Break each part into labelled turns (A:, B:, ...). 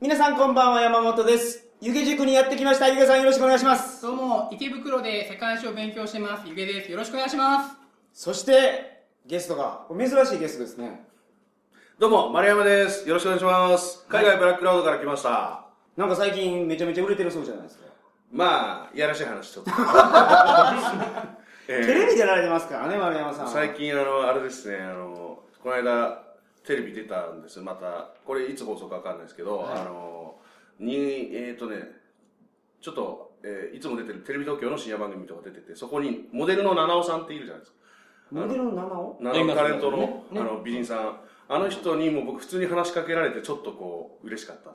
A: 皆さんこんばんは、山本です。湯気塾にやってきました。湯気さんよろしくお願いします。
B: どうも、池袋で世界史を勉強してます。ゆげです。よろしくお願いします。
A: そして、ゲストが、これ珍しいゲストですね。
C: どうも、丸山です。よろしくお願いします。海外ブラッククラウドから来ました。
A: なんか最近めちゃめちゃ売れてるそうじゃないですか。
C: まあ、いやらしい 話ちょっと。え
A: テ
C: ー
A: レビでやられてますからね、丸山さん。
C: 最近、あの、あれですね、あの、この間、テレビ出たんです。また、これいつ放送かわかんないですけど、あの、に、えっ、とね、ちょっと、えーいつも出てるテレビ東京の深夜番組とか出てて、そこにモデルの七尾さんっているじゃないですか。
A: モデルの名前を
C: 七尾タレントの,、あの美人さん、あの人にも僕普通に話しかけられてちょっとこう嬉しかった。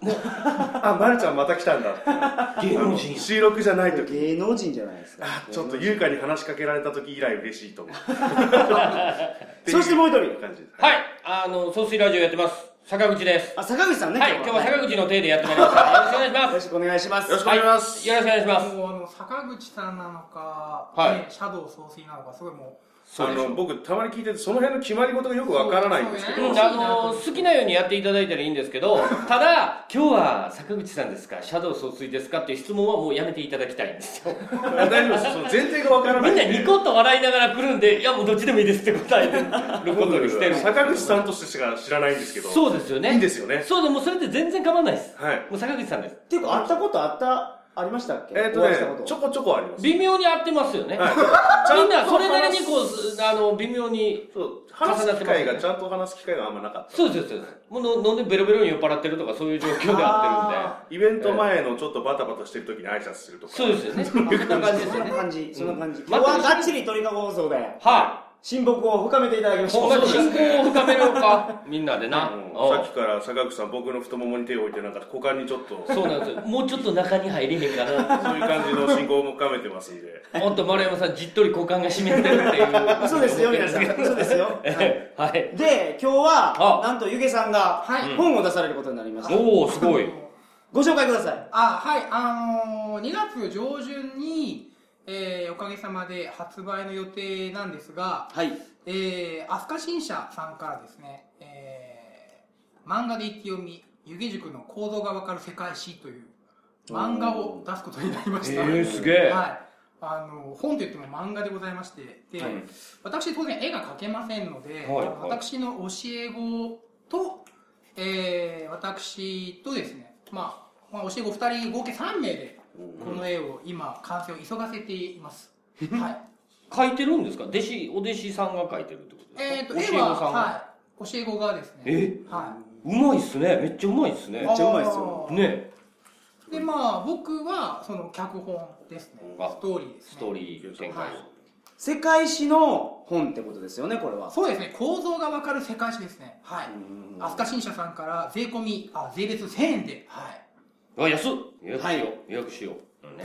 C: あ、まるちゃんまた来たんだって。芸能人収録じゃない時。
A: 芸能人じゃないですか。
C: ちょっと優香に話しかけられた時以来嬉しいと思う。
A: そしてもう一
C: っていう
A: 人。
C: 感じです。
D: はい、あの、総水ラジオやってます。坂口です。
A: あ、坂口さんね、
D: はい、今日は
A: よ
D: 坂口の手でやってまいりました。よろしくお願いしま
A: ろ
D: す。
A: しくお願いします。
C: よろしくお願いします。
D: よろしくお願いします。
B: もう、あの、坂口さんなのか、
D: はい
B: ね、シャドウ総帥なのか、すごいも
D: そう
C: あ
D: でしょ
C: の僕たまに聞いててその辺の決まり事がよくわからないんですけ
B: そう
C: ど、
B: そう
D: うん、あの、好きなようにやっていただいたらいいんですけど、ただ、今日は坂口さんですか、シャドウ総帥ですかっていう質問はもうやめていただきたいんですよ。
C: 大丈夫です。その前提がわからな
D: み
C: い
D: ん
C: ん
D: な
C: で。
D: ニコッと笑いながら来るんで、いやもうどっちでもいいですって答えてることにしてる。
C: 坂口さんとしてしか知らないんですけど。
D: そうですよね。
C: いいんですよね
D: そうでもうそれで全然構わないです。
C: はい
D: もう坂口さんです。
A: っていうか、会ったことあった、ありましたっけ
C: えっ、と
A: お会いしたこ
C: ね、ちょこちょこあります。
D: 微妙に合ってますよね。みんなそれなりにこう、あの、微妙に
C: そう、話す機会
D: 重なってますよ
C: が、
D: ね
C: ちゃんと話す機会があんまなかった。
D: そうですそうですもうの飲んでベロベロに酔っ払ってるとかそういう状況であ
C: イベント前のちょっとバタバタしてる時に挨拶するとか。
D: ってるんでそうですよねそんな感じです
A: そん
D: よ
A: な
D: ね
A: 感じ、そんな感じ。
D: ん
A: 今日はがっちり鳥かご放送で、
D: は
A: 親睦を深めていただきま
D: い
A: しょ
D: ほ。
A: うん
D: まに信仰を深めようかみんなでな
C: うん
D: おう
C: さっきから坂口さん、僕の太ももに手を置いて、なんか股間にちょっと、そう
D: そうなんですよもうちょっと中に入れへんかな
C: いう感じの進行も深めてますんで。
D: もっと丸山さんじっとり股間が湿ってるっていう
A: そうですよ、皆 さん。そうですよ。はい
D: えはい
A: で、今日は、
D: あ
A: なんとゆげさんが
B: はい
A: 本を出されることになりました。
D: おおす
B: う。
D: ごい
A: ご紹介ください。
B: あ、はい、あのー、2月上旬に、えー、おかげさまで発売の予定なんですが、
A: はい。
B: えー、飛鳥新社さんからですね、えー、漫画で一気読み、湯気塾の構造がわかる世界史という漫画を出すことになりました。
D: げ
B: はい。あの、本といっても漫画でございまして、で、
D: はい
B: 私当然絵が描けませんので、
D: はいはい
B: 私の教え子と、えー、私とですね、まあ、まあ、教え子2人、合計3名で、この絵を今、完成を急がせてい ます。はい。
D: 書いてるんですか弟子お弟子さんが書いてるってこと
B: えっ
D: ですか
B: と、絵
D: 教え子さ
B: は、
D: んが
B: はい。教え子がですね、
D: え
B: は
D: うまいっすねめっちゃうまいっす
B: い。
D: ね
A: めっちゃうまいですよ
B: あー
D: ね
B: で、まあ、僕は、その、脚本ですね。
D: あ
B: ストーリーですね。
D: ストーリー展開
B: はい
A: 世界史の本ってことですよね、これは。
B: そうですね、構造がわかる世界史ですね。はい
A: うん。
B: 飛鳥新社さんから税込み、あ、税別1000円で。はい。
D: あ安っ予約しよ
A: は
D: う予約しよううんね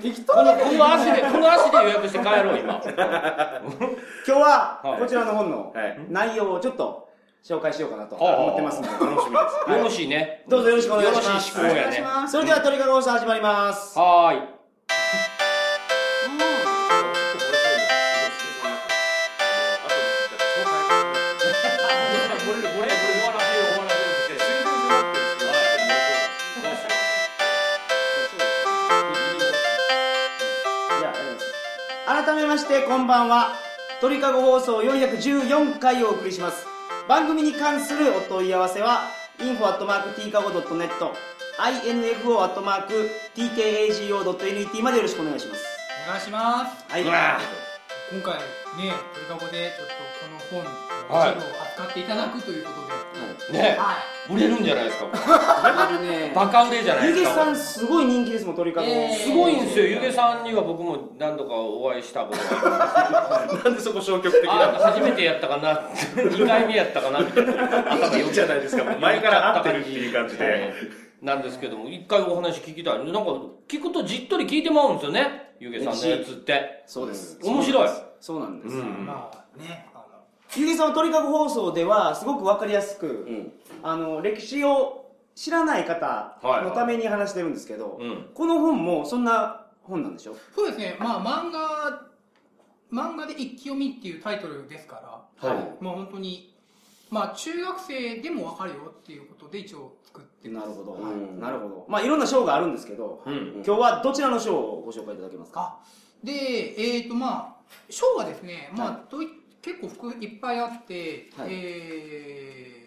A: 適
D: このこの足で、この足で予約して帰ろう、今。
A: 今日は
D: は、い
A: こちらの本の
C: はい
A: 内容をちょっと紹介しようかなと思ってますので。
C: 楽しみです。
D: よろしいね。
A: どうぞよろしくお願いします
D: よろしい思考やね。
B: ます。
A: それでは、鳥かご放送始まります。
D: はーい。。
A: じゃあやります改めまして、こんばんは。鳥かご放送414回をお送りします。番組に関するお問い合わせは、info.tkago.net、info.tkago.net までよろしくお願いします。
B: お願いします。
A: はいう
D: わ
B: 今回ね、鳥かごでちょっとこの
D: は
B: 本の
D: い
B: 一部を扱っていただくということ
D: ー
B: で。
D: ね
B: は
D: 売れるんじゃないですか。
A: あのね、
D: バカ売れじゃない
A: ゆ
D: で
A: げ
D: す
A: さん
D: か。
A: すごい人気ですもん、鳥かご。
B: えー
D: すごいんですよ。ゆげさんには僕も何度かお会いしたことがある。
C: なんでそこ消極的
D: あ
C: な
D: あ、初めてやったかな。2回目やったかな、みたいな。頭
C: のいいじゃないですか。前から会ってるっていう感じで。
D: なんですけども、一回お話聞きたい。なんか、聞くとじっとり聞いてまうんですよね。ゆげさんのやつって。
A: そうです。
D: 面白い。
A: そうなんです。
B: い。まあね、あの、
A: ゆげさんは鳥かご放送では、すごくわかりやすく、あの、歴史を知らない方のために話してるんですけど、
D: いうん
A: この本もそんな本なんでしょ
B: そうですね、まあ漫画、漫画で一気読みっていうタイトルですから、
A: はい
B: まあ本当に、まあ、中学生でもわかるよっていうことで一応作ってま
A: な
B: す
A: るほど、
B: はい
C: うん
A: なるほどまあいろんな賞があるんですけど、
D: うん
A: 今日はどちらの賞をご紹介いただけますか
B: あでえっ、とまあ賞はですね、まあ
A: は
B: とい結構服いっぱいあって、
A: はい
B: えー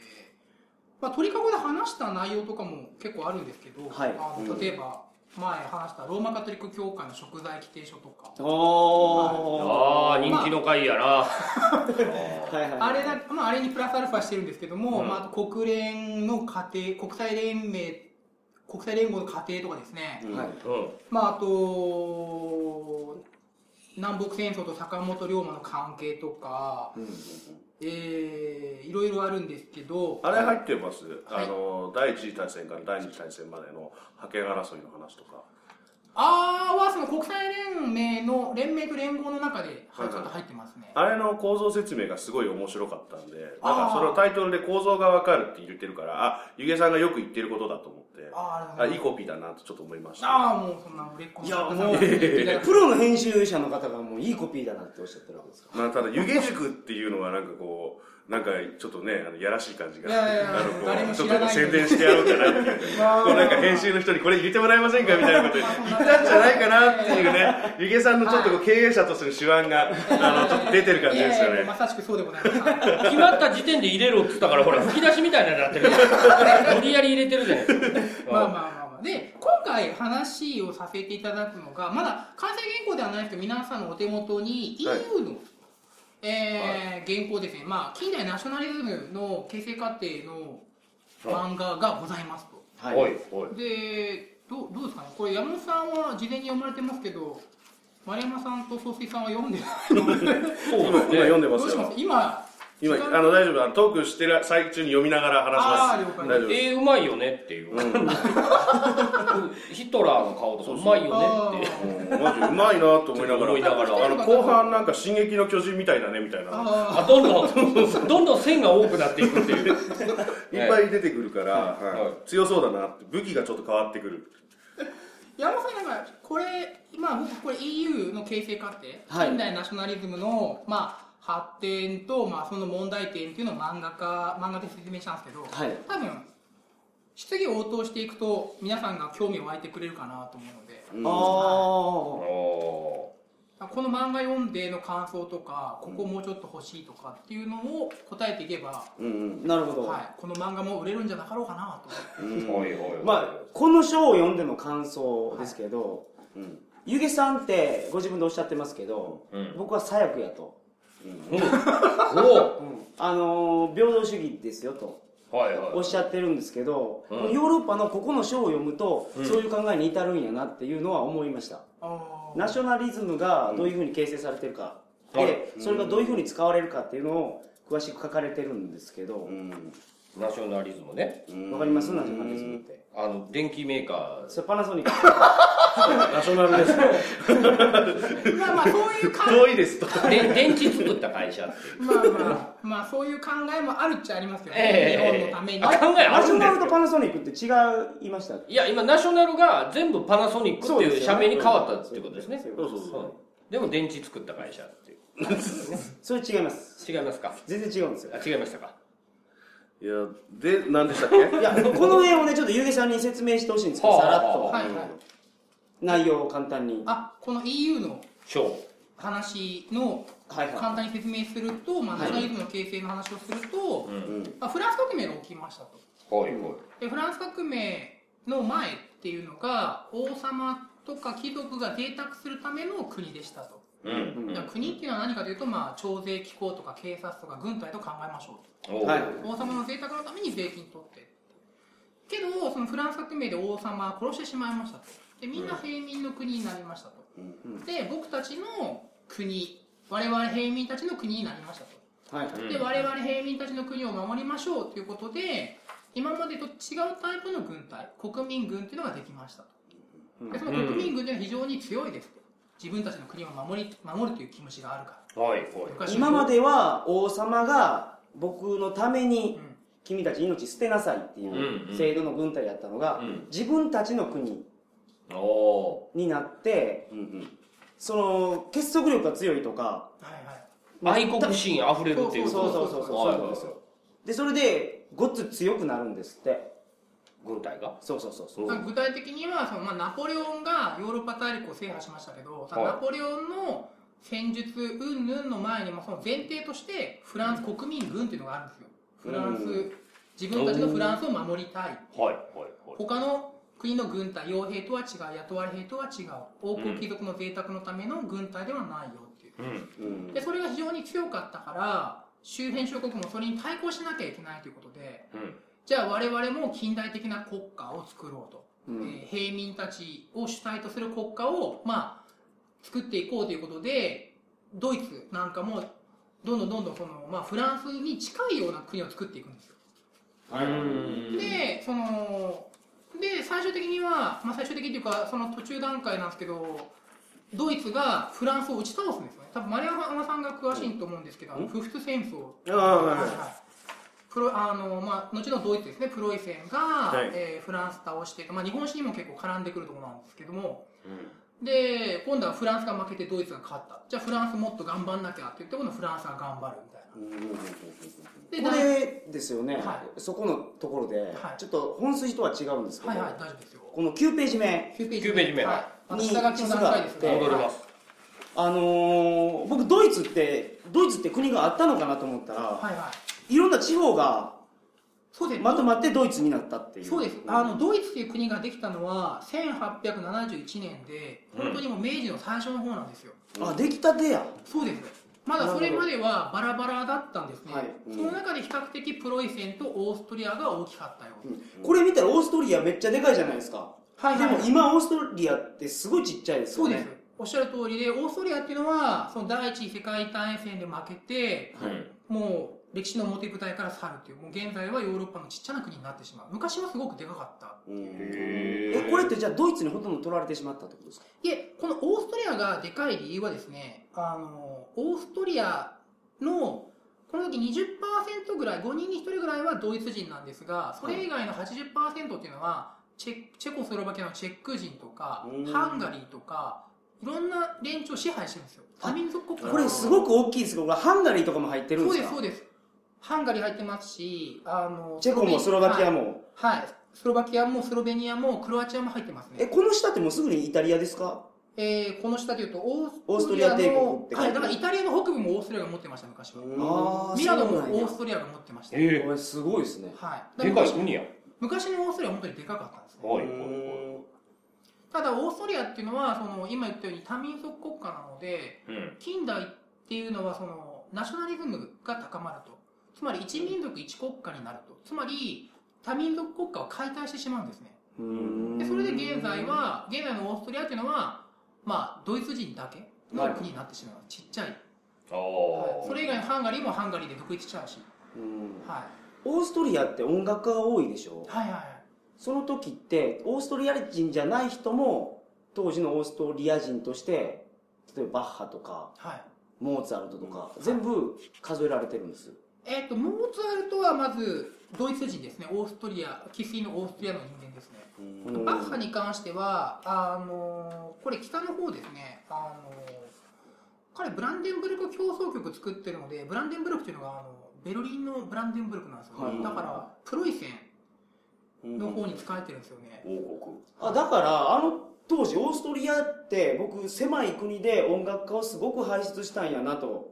B: まあ、鳥かごで話した内容とかも結構あるんですけど、
A: はい
B: あ
C: う
B: の
C: ん
B: 例えば前話したローマカトリック教会の食材規定書とか、
A: おー
D: ああ人気の回やな、
A: はいはいはい
B: あれだ、まあ、あれにプラスアルファしてるんですけども、
D: うん
B: まあ、あと国連の家庭国際連盟国際連合の家庭とかですね、
C: うん
A: はい
D: うん
B: まあ、あと南北戦争と坂本龍馬の関係とか、えーいろいろあるんですけど
C: あれ入ってます、
B: はい
C: あの第一次大戦から第二次大戦までの覇権争いの話とか
B: あーはその国際連盟の連盟と連合の中では
C: はいい
B: ちょっと入ってますね、
C: あれの構造説明がすごい面白かったんで
B: あー
C: だからそのタイトルで構造がわかるって言ってるからあゆげさんがよく言ってることだと思って
B: あー
C: あいいコピーだなとちょっと思いました
B: あーもうそんな売れっ子
A: い
B: の
A: や
B: 方
A: もう
B: 々に言っていただく
A: プロの編集者の方がもういいコピーだなっておっしゃってるわけですか
C: まあ、ただ湯気塾っていうのはなんかこうなんかちょっとねあのやらしい感じが
B: いやいやいや
C: あのこう
B: 誰も
C: ちょ
B: 知ら
C: っと
B: ない
C: 宣伝してやろうかなっていうこうなんか編集の人にこれ入れてもらえませんかみたいなこと言 ったんじゃないかなっていうね湯気さんのちょっとこう経営者とする手腕があのちょっと出てる感じですよ
B: いやいや
C: ね
B: まさしくそうでございますはい
D: 決まった時点で入れろっつったからほら吹き出しみたいなのになってる無理やり入れてるじゃないですか
B: まあまあまあまあ。で、今回話をさせていただくのが、まだ完成原稿ではないですけど、皆さんのお手元に EU の、
C: はい
B: えー原稿ですね。まあ、近代ナショナリズムの形成過程の漫画がございますと。
A: ら
D: おいおい
B: で、どうどうですかねこれ山本さんは事前に読まれてますけど、丸山さんと総帥さんは読んでないので、
D: そう
C: 今今読んで
B: ど
C: ま
B: う
C: す
B: します
C: よ
B: 今、
C: 今
B: 時間
C: あの大丈夫あのトークしてる最中に読みながら
B: あー
C: 話
B: 了
C: し
B: 解
C: ます大丈夫です
D: えー、うまいよねっていう、 ヒトラーの顔とかうまいよねって
B: あー
C: うんマジうまいなと思いながら
D: 思いながら
C: あの後半なんか「進撃の巨人」みたいだねみたいな
B: あー
D: あどん どんどんどん線が多くなっていくってい
C: い
D: う
C: っぱい出てくるから、はい
D: はい
C: 強そうだなって武器がちょっと変わってくる
B: 山本さんなんかこれまあ僕これ EU の形成過程、
A: はい
B: 近代ナショナリズムのまあ発展とまあその問題点っていうのを漫画家漫画で説明したんですけど、
A: はい
B: 多分質疑応答していくと皆さんが興味を湧いてくれるかなと思うので、
A: ああ
D: お
B: この漫画読んでの感想とかここもうちょっと欲しいとかっていうのを答えていけば、
C: うん
A: なるほど、
B: はい、この漫画も売れるんじゃなかろうかなと
C: う
D: ー
C: ん
D: おいおいおい
A: まあこの賞を読んでの感想ですけど、
C: うん
A: ゆげさんってご自分でおっしゃってますけど、
D: うん
A: 僕は左翼やと、
D: お
A: あのー平等主義ですよと
D: おはいはい
A: おっしゃってるんですけど、
D: うん
A: このヨーロッパのここの章を読むと、そういう考えに至るんやなっていうのは思いました、
B: あー
A: ナショナリズムがどういうふうに形成されてるか、
D: はい
A: でそれがどういうふうに使われるかっていうのを詳しく書かれてるんですけど
C: う、ん
D: ナショナリズムね
C: うん
A: わかりますナショナリズムって
D: あの電機メーカ
A: それパナソニック
C: ナショナルです
B: まあまあそういう感じ
C: 遠いですと
D: ーで電池作った会社っていう
B: まあまあ、まあそういう考えもあるっちゃありますよね、 日本
D: え
B: のため
D: え
B: に。
D: あ考えあ
A: ナシ
D: る
A: ョ
D: んで
A: ナ
D: す
A: ルと
D: よ
A: パナソニックって違いました
D: いや今ナショナルが全部パナソニックっていう社名に変わったってことですね
A: そう
C: そうそう
A: です
C: そ
D: うん
C: う
D: でも電池作った会社っていう
A: それ違います
D: 違いますか
A: 全然違うんですよ
D: あ違いましたか
C: いやで何でしたっけ
A: いやこの辺をねちょっとゆげさんに説明してほしいんですけど
D: はあ
A: さらっと
B: はいはい。
A: 内容を簡単に
B: あ、この EU の
D: 賞
B: 話の
A: はいはい
B: 簡単に説明すると、まあ、
A: は
B: ナ
A: い
B: ショナリズムの形成の話をすると、
C: う
D: う
C: んん
B: まあ、フランス革命が起きましたと。
D: はいはい
B: で、フランス革命の前っていうのが、王様とか貴族が贅沢するための国でしたと。
D: う
A: うん
D: ん
B: だから国っていうのは何かというと、まあ、徴税機構とか警察とか軍隊と考えましょうと。
D: おう
A: はい
B: 王様の贅沢のために税金取ってけどそのフランス革命で王様を殺してしまいましたとでみんな平民の国になりましたと、
A: うん
B: で僕たちの国我々平民たちの国になりましたと
A: はいはい
B: で
D: うん
B: 我々平民たちの国を守りましょうということで今までと違うタイプの軍隊国民軍っていうのができました
A: う
B: と
A: ん
B: でその国民軍っていうのは非常に強いですと自分たちの国を守り守るという気持ちがあるか
D: はいはい
B: ら昔の
A: 今までは王様が僕のため
B: う
A: に
B: ん
A: 君たち命捨てなさいってい
D: んう
A: うん制度の軍隊だったのが
D: うん
A: 自分たちの国
D: おお
A: になって
C: うんうん
A: その結束力が強いとか
B: はいはい
D: 愛国心あふれるっていう
A: そう
D: こ
A: そ
D: と
A: うそうそう
D: はい
A: そういう
D: は
A: こと
D: い
A: ですよでそれでごっつ強くなるんですって
D: 軍隊が
A: そうそうそうそう
B: まあ具体的にはその、まあ、ナポレオンがヨーロッパ大陸を制覇しましたけど、
D: はい
B: ナポレオンの戦術云々の前に、まあ、その前提としてフランス国民軍っていうのがあるんですよフランス、
D: う
B: 自分たちのフランスを守りたい
D: はいはいはい
B: 他の国の軍隊傭兵とは違う雇われ兵とは違う王侯貴族の贅沢のための軍隊ではないよっていう、
D: うん
C: うん
B: でそれが非常に強かったから周辺諸国もそれに対抗しなきゃいけないということで
D: うん
B: じゃあ我々も近代的な国家を作ろうと、
A: うん
B: えー平民たちを主体とする国家を、まあ、作っていこうということでドイツなんかもどんどんどんどんその、まあ、フランスに近いような国を作っていくんですよ
C: はい
D: うん
B: でそので最終的には、まあ、最終的っていうかその途中段階なんですけどドイツがフランスを打ち倒すんですよね多分丸山さんが詳しいと思うんですけど、あの不仏戦争
A: ああ
B: はい
A: は
B: はいいプロあのまあ、後のドイツですねプロイセンが、
A: い
B: えーフランス倒して、まあ、日本史にも結構絡んでくるところなんですけども
D: うん
B: で今度はフランスが負けてドイツが勝ったじゃあフランスもっと頑張んなきゃって言って今度フランスが頑張るみたいなで
A: これですよね、
B: は
A: そこのところで、
B: はい
A: ちょっと本筋とは違うんですけど、
B: はいはい大丈夫ですよ
A: この9ページ目
B: 9ページ
D: 9ページ目
B: はいあの下書きの段階ですね
A: はい
D: 戻りま
B: はい
D: す
A: あのー僕ドイツってドイツって国があったのかなと思ったら、
B: はいはい
A: い、ろんな地方が
B: そうです、
A: まとまってドイツになったっていう
B: そうですあのドイツという国ができたのは1871年で
D: うん
B: 本当にもう明治の最初の方なんですよ、
A: あできたてや
B: そうですまだそれまではバラバラだったんですね、
A: はい
C: うん
B: その中で比較的プロイセンとオーストリアが大きかったよ、
A: これ見たらオーストリアめっちゃでかいじゃないですか、
B: はいはい
A: でも今オーストリアってすごいちっちゃいです
B: そ
A: よ
B: う
A: ね
B: ですおっしゃる通りでオーストリアっていうのはその第一次世界大戦で負けて
D: うん
B: もう歴史の表舞台から去るっていうもう現在はヨーロッパのちっちゃな国になってしまう昔はすごくでかかった
C: うん
A: えこれってじゃあドイツにほとんど取られてしまったってことですか
B: いえ、このオーストリアがでかい理由はですね、あの、オーストリアの、この時20%ぐらい、5人に1人ぐらいはドイツ人なんですが、それ以外の80%っていうのは、チェチェコスロバキアのチェック人とか
C: うん、
B: ハンガリーとか、いろんな連中を支配してるんですよ。多民族国家
A: これすごく大きいですけどこれハンガリーとかも入ってるん
B: そう
A: で
B: ですす、
A: か
B: そうです。ハンガリー入ってますし、あの、
A: チェコもスロバキアも、
B: はい。はい。スロバキアもスロベニアもクロアチアも入ってますね。
A: えこの下ってもうすぐにイタリアですか
B: えーこの下でいうとオ
A: オ
B: ー
A: ー
B: ス
A: ス
B: ト
A: ト
B: リ
A: リ
B: アの
A: ア帝国って書い
B: は
A: て
B: い、
A: あ
B: だ
A: る
B: からイタリアの北部もオーストリアが持ってました昔は
A: あー
B: ミラノも
A: そうなんや
B: オーストリアが持ってましたよ
D: え
A: これすごいですね
B: はい、
D: えで
B: だら
D: かい
B: 昔
D: 国や
B: 昔のオーストリアは本当にでかかったんですね
D: はいはい
B: ただオーストリアっていうのはその今言ったように多民族国家なので
D: うん
B: 近代っていうのはそのナショナリズムが高まるとつまり一民族一国家になるとつまり多民族国家を解体してしまうんですねでそれで現在は現在のオーストリアっていうのはまあドイツ人だけの国になってしまうちっちゃい
D: あ
B: はい
D: あ
B: それ以外のハンガリーもハンガリーで独立しちゃうし、
A: うん
B: は
A: オーストリアって音楽家が多いでしょ
B: い、はいはいはい
A: その時ってオーストリア人じゃない人も当時のオーストリア人として例えばバッハとか
B: はい
A: モーツァルトとか全部数えられてるんです
B: えっ、とモーツァルトはまずドイツ人ですねオーストリア生粋のオーストリアの人間ですね
A: うん
B: バッハに関してはあのーこれ北の方ですねあのー彼ブランデンブルク協奏曲作ってるのでブランデンブルクっていうのがあのベルリンのブランデンブルクなんですよ、
A: はい
B: だからプロイセンの方に使えてるんですよね、
D: 王国
A: あだからあの当時オーストリアって僕狭い国で音楽家をすごく輩出したんやなと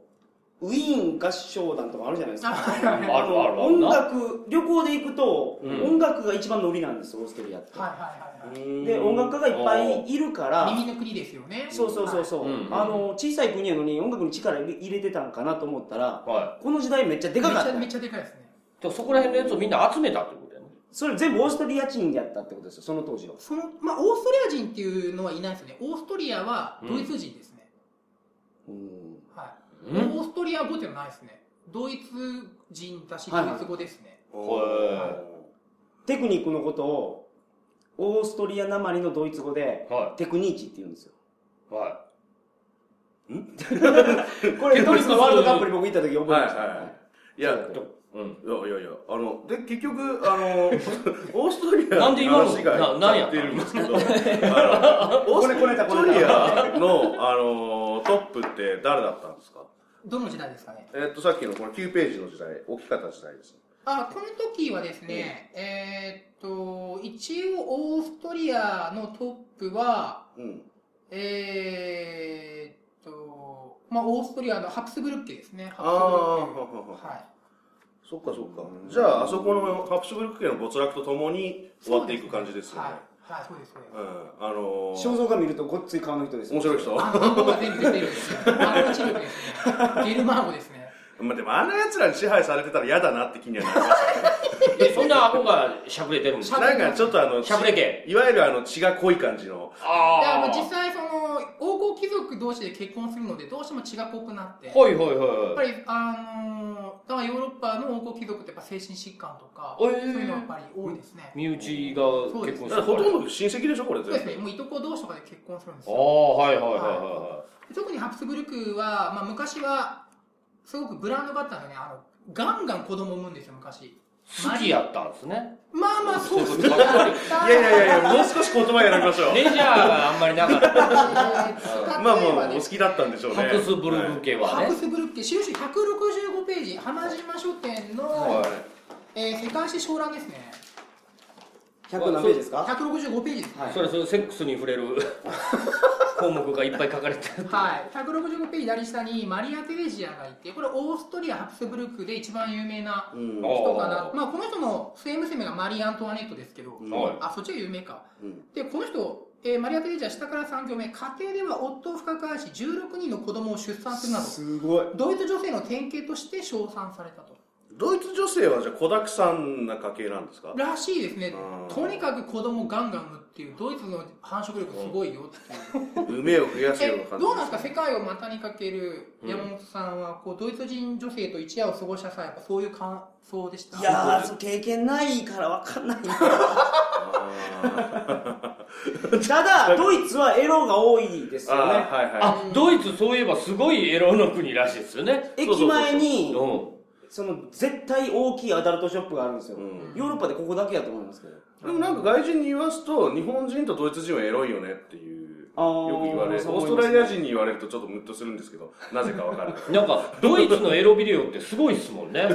A: ウィーン合唱団とかあるじゃないです
B: あ
A: か
B: はいはいはいはい
D: あるあるある
A: 音
D: な
A: 楽旅行で行くと、
D: うん
A: 音楽が一番の売りなんですオーストリアって、
B: はいはい
A: で音楽家がいっぱいいるから
B: 耳の国ですよね
A: そうそうそうそう、
D: はいうん
A: あの小さい国やのに音楽に力入れてたんかなと思ったら
D: は
A: この時代めっちゃでかかった
B: めちゃめちゃでかいですね
D: いでそこら辺のやつをみんな集めたってことやね
A: それ全部オーストリア人やったってことですよその当時は
B: そのまあオーストリア人っていうのはいないですよねオーストリアはドイツ人ですね、
A: うん
B: はい、
D: うん
B: オーストリア語っていうのはないですねドイツ人だしド
A: はい
B: イ
A: はい
B: ツ語ですね、
A: テクニックのことをオーストリアなまりのドイツ語で
D: は
A: テクニーチって言うん ですよ
D: いは
A: これドイツのワールドカップに僕行った時覚えました、
C: はいはいはいいや
A: そう
D: い
C: い
D: うん
C: やいやいや、あの、で、結局、あの、オーストリア
D: なんで今の
C: 話が
D: ななんや
C: や
D: っ
C: ったて
D: の
C: るんですけど、あの、オー
A: こ
C: ス
A: れこれだこ
C: ト
A: れ
C: リアの、あの、トップって誰だったんですか
B: どの時代ですかね
C: えっと、さっきのこの9ページの時代、大きかった時代です。
B: あこの時はですね、えーっと、一応オーストリアのトップは、
C: うん。
B: えーっと、まあ、オーストリアのハプスブルッケですね。ハ
C: あ
B: プスブルッケ
C: あ、
B: はい。
C: そっかそっか。じゃあ、あそこのハプスブルク家の没落とともに終わっていく感じですよね。
B: はい、はい、そうですね。
C: うん。あのー、
A: 肖像画見るとごっつい顔の人です
C: 面白い人
B: あ、ここが全部出てるんですよ。あ、こっちにですね。ゲルマーゴですね。
C: まあ、でもあんな奴らに支配されてたら嫌だなって気にはなります
D: え、そんな顎がしゃくれてるんです
B: しゃ
D: か
B: ぶれ
C: な
B: 系
C: んかちょっとあの、
D: しゃぶれ系
C: いわゆるあの血が濃い感じの。
B: だからまあ
D: あ
B: 実際その王侯貴族同士で結婚するのでどうしても血が濃くなって、
D: あ。はいはい
B: やっ
D: は
B: ぱりあのーだからヨーロッパの王侯貴族ってやっぱ精神疾患とか、
D: えー
B: そういうのがやっぱり多いですね
D: い。。身内が結婚
C: だから
D: する
C: ほ
D: から。
C: とんど親戚でしょ、これ
B: そう
C: 全部。
B: ですね。もういとこ同士とかで結婚するんです
D: あ
B: よ。
D: あ、はいはいはいは
B: 特にハプスブルクはまあ昔はすごくブランドがあったんですよね。あのガンガン子供を産むんですよ昔。
D: いはい。好きやったんですね。
B: まあまあそうですね。
D: そういうことばっか
C: いやいやいやいや、もう少し言葉選びましょう。
D: レジャーがあんまりなかった。
C: まあまあ、お好きだったんでしょうね。
D: ハプスブルー家は
B: ハプ
D: ね。
B: スブルッケ、収集165ページ、浜島書店の、
D: は
B: えー世界史小覧ですね。
A: 100何ページですか
B: 165ページです。
A: はい
D: それそれセックスに触れる項目がいっぱい書かれてる。
B: はい、165ページ左下にマリア・テレジアがいて、これオーストリア・ハプスブルクで一番有名な
C: うん。
B: 人かな。まあこの人の末娘がマリー・アントワネットですけど、
C: うん
D: はい
B: あ、そっちが有名か。
C: うん
B: で、この人、えーマリア・テレジア下から3行目、家庭では夫を不可解し16人の子供を出産するなど、
A: すごい
B: ドイツ女性の典型として称賛されたと。
C: ドイツ女性はじゃあ子だくさんな家系なんですか、
B: らしいですね
C: うん
B: とにかく子供ガンガン産むっていうドイツの繁殖力すごいよっていう、
C: 夢を増やすような
B: え
C: 感じ
B: どうなんですか世界を股にかける山本さんはこうドイツ人女性と一夜を過ごした際やっぱそういう感想でした
A: いやーそう経験ないから分かんないな
C: あ
A: ただドイツはエロが多いです
C: ー
A: よね
C: あー、はいは
D: あ、ドイツそういえばすごいエロの国らしいですよね。
C: そうそう
A: 駅
C: そう
A: 前に
D: う
A: その絶対大きいアダルトショップがあるんですよ、
C: い。うん
A: ヨーロッパでここだけやと思いますけど
C: でもなんか外人に言わすと、日本人とドイツ人はエロいよねっていう、
A: あー
C: よく言われる。
A: そう
C: オ
A: 思
C: ー
A: い
C: スト
A: ますね
C: ラリア人に言われるとちょっとムッとするんですけど、なぜかわからない。
D: ん。なんか、ドイツのエロビデオってすごいっすもんね。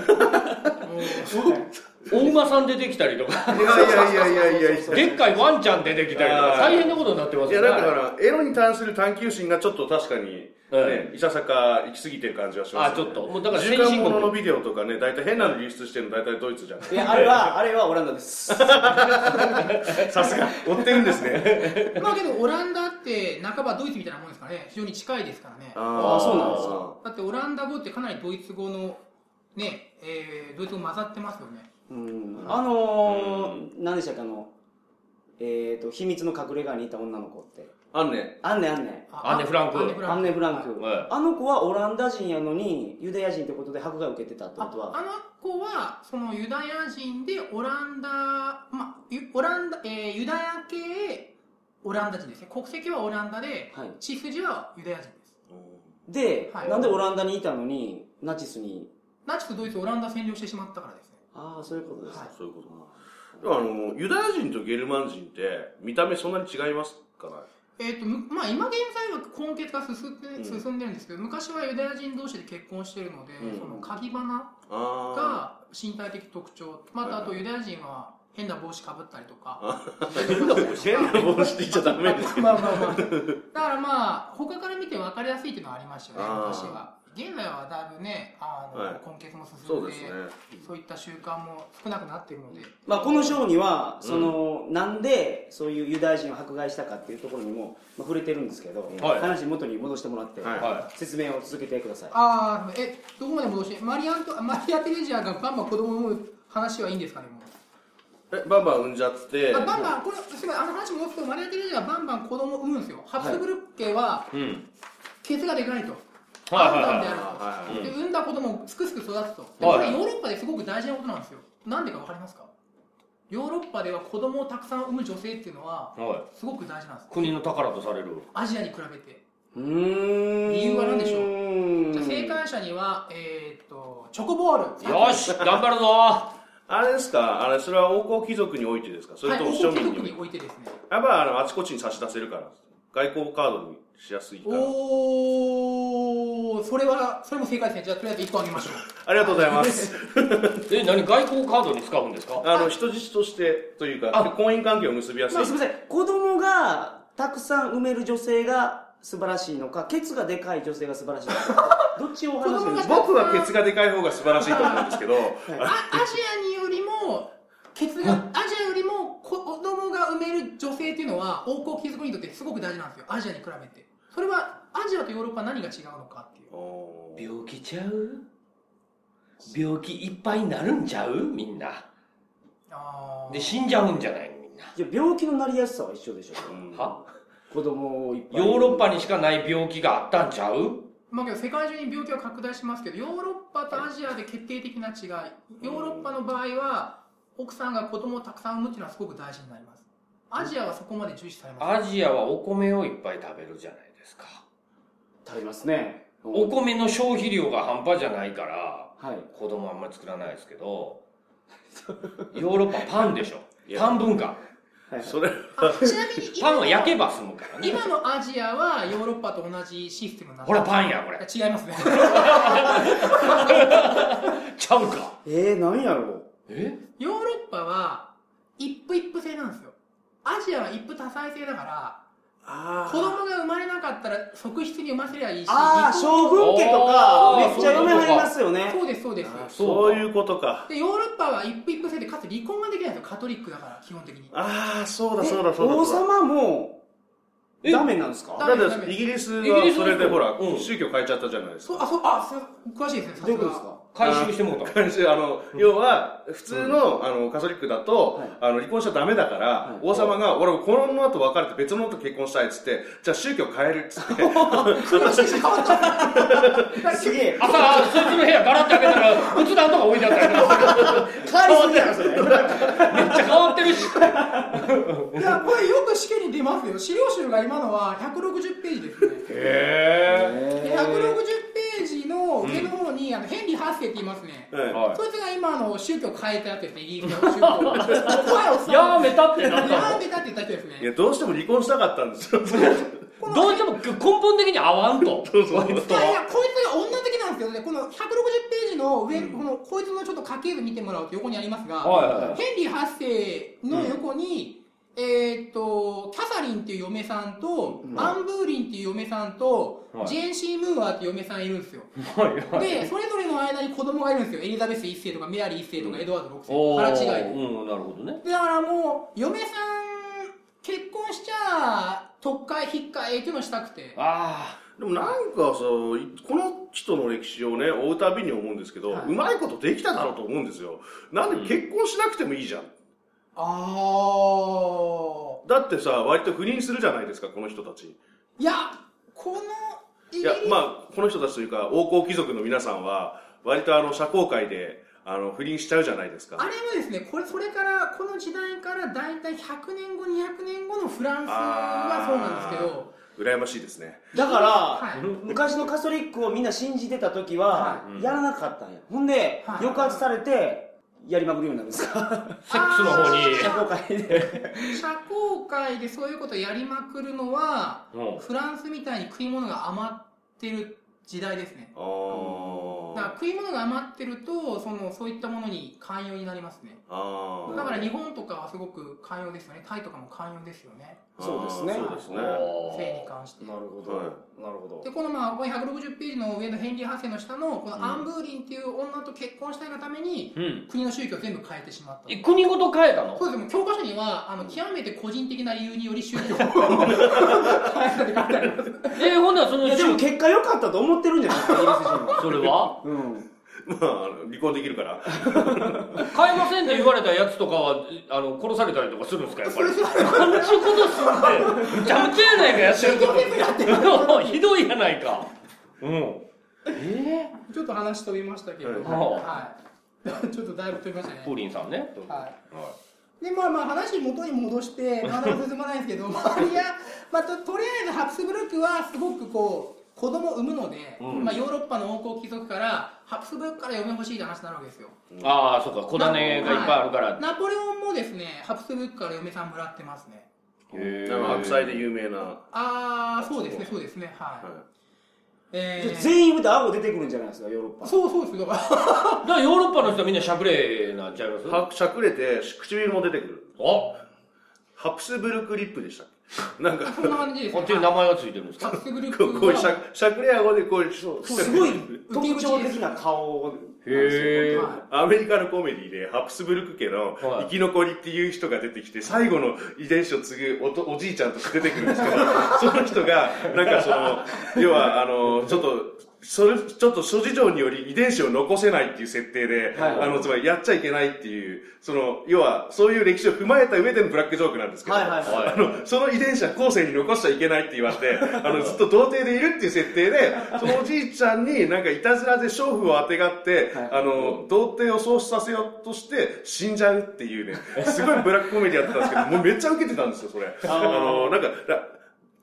D: お馬さん出てきたりとか、
C: いやいやいやいやいやいや。
D: でっかいワンちゃん出てきたりとか
C: あ、ー
D: 大変なことになってま
C: い
D: す
C: や
D: よね。
C: だからエロに対する探求心がちょっと確かに、
D: え
C: ね、いささか行き過ぎてる感じはします、ね、
D: あちょっともうだから
C: 時
D: 先
C: 間
D: 進
C: も
D: 国
C: ののビデオとかね大体変なの流出してるの大体ドイツじゃん
A: いやあれはあれはオランダです
C: さすが追ってるんですね
B: まあけどオランダって半ばドイツみたいなもんですかね非常に近いですからね
A: あーそうなんですか
B: だってオランダ語ってかなりドイツ語のねえードイツ語混ざってますよね
A: うんあのー、何でしたっけあのえっ、ー、と秘密の隠れ家にいた女の子って
C: あんね
A: あんねんあんねん
D: アンネフランク
B: アンネフラ
A: ア
B: ン
A: ン
B: ク
A: ネ・フランク、
D: はい
A: あの子はオランダ人やのにユダヤ人ってことで迫害を受けてたって
B: あ
A: ことは
B: あの子はそのユダヤ人でオランダ、まあ、ゆオランダ、えーユダヤ系オランダ人ですね国籍はオランダで
A: はい
B: 血筋はユダヤ人です
A: で、
B: はい
A: なんでオランダにいたのにナチスに
B: ナチスとドイツをオランダ占領してしまったからですね
A: ああそういうことです、
B: はい
C: そういうことでもあのユダヤ人とゲルマン人って見た目そんなに違いますかね
B: えーとむまあ、今現在は根血が進んで,、
C: うん
B: 進んでるんですけど昔はユダヤ人同士で結婚してるので、
C: うん
B: その鍵花
C: あ
B: が身体的特徴またあとユダヤ人は変な帽子かぶったりとか
C: あ変な帽子変な帽子って言っちゃダメですけど
B: まあまあまあ。だからまあ、他から見て分かりやすいっていうのはありましたよね、
C: あー
B: 昔は。現在はだいぶね、あの、
C: はい
B: 根血も進
C: そ
B: ん
C: う
B: で
C: ですね
B: そういった習慣も少なくなっているので。
A: まあ、この章にはその、なんでそういうユダヤ人を迫害したかっていうところにも、まあ、触れてるんですけど、
D: はい
A: 話元に戻してもらって、
C: はい
D: は
A: 説明を続けてください
B: ああ、え、どこまで戻して、マリアント、マリア・テレジアがバンバン子供を産む話はいいんですかね、もう。
C: えバンバン産んじゃって
B: あバンバン、これ、すごい、あの話戻すと、マリア・テレジアはバンバン子供を産むんですよ。ハプスブルッ家は、
D: い。うん。
B: ケツがでかいと。
D: はい
B: バンバン
D: は
B: で
D: い
B: あ
D: は
B: ると。
C: はい
D: い。
B: で、
C: はい
B: 産んだ子供もすくすく育つと。で
D: はい
B: これヨーロッパですごく大事なことなんですよ。なんでかわかりますかヨーロッパでは子供をたくさん産む女性っていうのは、
D: はい。
B: すごく大事なんです。
D: 国の宝とされる。
B: アジアに比べて。
A: うーん
B: 理由は何でしょう
A: う
B: じゃあ正解者には、えーっと、チョコボール。
D: よし頑張るぞ
C: あれですかあれそれは王侯貴族においてですかそれ
B: はい、
C: と
B: 王
C: も
B: 侯
C: 庶
B: 貴
C: 民に
B: 族
C: おい
B: にお
C: て
B: いてですね。
C: やっぱあのあちこちに差し出せるから外交カードにしやすいから。
B: おー、それは、それも正解ですね。じゃあ、とりあえず1個あげましょう。
C: ありがとうございます。
D: え、何外交カードに使うんですか
C: あの、人質としてという
D: あ
C: か、婚姻関係を結びやすい
A: まあ、すみません子供がたくさん産める女性が素晴らしいのかケツがでかい女性が素晴らしいのかどっちをお話しするんですか
C: 僕はケツがでかい方が素晴らしいと思うんですけど、
B: あアジアによりも、ケツが、アジアよりも子供が産める女性っていうのは、王侯貴族にとってすごく大事なんですよ。アジアに比べて。それは、アジアとヨーロッパ何が違うのかっていう。
C: おー
D: 病気ちゃう病気いっぱいになるんちゃうみんな。
B: あー
D: で、死んじゃうんじゃないみんな。
A: いや病気のなりやすさは一緒でしょ
C: うん
D: は
A: 子供をいっぱい
D: ヨーロッパにしかない病気があったんちゃう
B: まあけど世界中に病気は拡大しますけど、ヨーロッパとアジアで決定的な違い。ヨーロッパの場合は、奥さんが子供をたくさん産むっていうのはすごく大事になります。アジアはそこまで重視されません。
D: アジアはお米をいっぱい食べるじゃないですか。
A: 食べますね
D: お米の消費量が半端じゃないから、
A: はい
D: 子供あんまり作らないですけど、ヨーロッパパンでしょ
C: い。や
D: パン文化。
A: はい
C: それ、
B: あちなみに今
D: パンは
B: の、
D: 焼けば済むからね。
B: 今のアジアはヨーロッパと同じシステムになって
D: ほ
B: ま
D: ら
B: す
D: パンや、これ。
B: 違いますね。
D: ちゃうか。
A: えー、何やろ
D: え
B: ヨーロッパは一夫一夫制なんですよアジアは一夫多妻制だから
A: あ
B: 子供が生まれなかったら側室に産ませりゃいいし
A: あー
B: 離
A: 将
B: 婚
A: 軍家と
D: あ
A: か
D: ー
A: めっちゃ嫁入りますよね
B: そうですそうです
C: そういうことか。
B: でヨーロッパは一夫一夫制でかつ離婚ができないんですよカトリックだから基本的に
C: ああ、そうだ
A: え
C: そうだそうだ。
A: 王様も
D: え
A: ダメなんですか
B: だ
C: だってイギリス
D: イギリ
C: は
D: ス
C: それでほら
D: う、ん
C: 宗教変えちゃったじゃないです
B: そう
C: か。
B: あ そうあそう詳しいですねさ
A: どういう
B: す
A: ことです
B: が
A: か
D: 回収してもうた。
C: あの、要は、普通の、あの、カトリックだと、
A: はい
C: あの、離婚しちゃダメだから、
A: はい
C: 王様が、俺、この後別れて別のと結婚したいっつって、じゃあ宗教変えるっつって、
A: すげえ
D: 朝、そいつの部屋ガラッと開けたら、仏壇とか置いてあったりとか
A: 変わりすぎやろそれ
D: めっちゃ変わってるし。
B: いやこれよく試験に出ますよ資料集が今のは160ページですね
D: へ
B: で160ページの上の方に、あのヘンリー8世って言いますね、
C: はい
D: は
B: そいつが今あの宗教変えたやつですね、イギリスの 宗教を。怖いおっ
D: い。
B: さ
D: や
B: ん。
D: めたってなった
B: や
D: の。
B: めたって言った人です
C: い
B: ね。
C: や、どうしても離婚したかったんですよ。
D: どうしても根本的に合わんと。こいつ
B: い
D: と
B: やいや、
D: は。
B: こいつが女的なんですけどね、この160ページの上、このこいつのちょっと家系図見てもらうと横にありますが、
D: はいはいはい
B: ヘンリー8世の横に、えーっと、キャサリンっていう嫁さんと、
A: うん
B: アン・ブーリンっていう嫁さんと、
D: はい
B: ジェーン・シー・ムーアーっていう嫁さんいるんですよ。
D: はいはい。
B: で、それぞれの間に子供がいるんですよ。エリザベス1世とかメアリー1世とかエドワード
D: お
B: 6世。
D: ー
B: 腹違いで。
D: うん、なるほどね。
B: だからもう、嫁さん、結婚しちゃ、特会、引っかえっていうのしたくて。
D: あ
C: でもなんかさ、この人の歴史をね、追うたびに思うんですけど、
B: はいう
C: まいことできただろうと思うんですよ。なんで結婚しなくてもいいじゃん。
B: あー。
C: だってさ、割と不倫するじゃないですか、この人たち。
B: いや、この、イ
C: い
B: ギ
C: や
B: リス、
C: まあ、この人たちというか、王侯貴族の皆さんは、割とあの、社交界で、あの、不倫しちゃうじゃないですか。
B: あれもですね、これ、それから、この時代から大体100年後、200年後のフランスはそうなんですけど、
C: 羨ましいですね。
A: だから、
B: はい
A: 昔のカトリックをみんな信じてた時は、
D: はい
A: やらなかったんやほんで、
B: はい
A: 抑圧されてやりまくるようになるんですか
D: あ。セックスの方に。
A: 社交界 で
B: 社交界でそういうことやりまくるのは、
D: うん
B: フランスみたいに食い物が余ってる時代ですね。
C: あ
B: だから
C: ー。
B: 食い物が余ってると、その、そういったものに寛容になりますね。
C: あー
B: だから日本とかはすごく寛容ですよね。タイとかも寛容ですよね。
A: そうですね
C: あーそうですね。
D: お
B: 性に
D: ー
B: 関して。
A: なるほ
C: どはい
A: なるほ
B: で、このまあ、この160ページの上のヘンリー・ハセの下の、このアン・ブーリンっていう女と結婚したいがために、
D: うん。
B: 国の宗教を全部変えてしまった。
D: え国ごと変えたの
B: そうですもう教科書には、あの、極めて個人的な理由により宗教を変えたって書いてあります。
D: え、ほんならその
A: いやでも結果良かったと思ってるんじゃない ですかイギリス人は
D: それは
A: うん
C: まあ、あの離婚できるから。
D: 変えませんって言われたやつとかは、あの、殺されたりとかするんですか、やっぱり。こんなことすんねん。むちゃむちゃやないか、やってること。 ひどいやないか。うん。え
B: ちょっと話飛びましたけど、はい。ちょっとだいぶ飛びましたね。
D: プーリンさんね。
B: はい、でまあまあ話元に戻してなかなか進まないんですけ どまあいや、まあ、ととりあえずハプスブルクはすごくこう子供を産むので、
D: うん
B: まあ、ヨーロッパの王侯貴族からハプスブルクから嫁欲しいって話になるわけですよ
D: ああ、そうか、小種がいっぱいあるから。
B: ナポレオンもですねハプスブルクから嫁さんもらってますね
D: へへ
C: あの白菜で有名な、は
B: ああそうですねそうですねはい、
C: い、
B: え
A: じゃ
B: ー
A: あ全員打って顎出てくるんじゃないですかヨーロッパ
B: そうそうですだから
D: だからヨーロッパの人はみんなしゃくれなんちゃいます
C: はしゃくれて唇も出てくる
D: あ
C: ハプスブルクリップでしたっけなんか
B: そんな感じです
D: こ
B: ね
D: っちに名前がついてるんです
B: タッ
D: か
B: クスグルー
C: こ
B: プ
C: う
B: は
C: こうしゃしゃくれ顎でこうそう
A: そうすごい特徴的な顔なんです
D: へ
A: よ
D: ー
A: 本当に
C: アメリカのコメディでハプスブルク家の
D: はい
C: 生き残りっていう人が出てきて最後の遺伝子を継ぐおとおじいちゃんとして出てくるんですけどその人がなんかその要はあのちょっと。それちょっと諸事情により遺伝子を残せないっていう設定で、
A: はい
C: あのつまりやっちゃいけないっていうその要はそういう歴史を踏まえた上でのブラックジョークなんですけど、
A: はいはいはい
C: あのその遺伝子は後世に残しちゃいけないって言われ てあのずっと童貞でいるっていう設定でそのおじいちゃんになんかいたずらで娼婦をあてがって、
A: はい
C: あの童貞を喪失させようとして死んじゃうっていうねすごいブラックコメディやってたんですけどもうめっちゃウケてたんですよそれ。あのなんかだ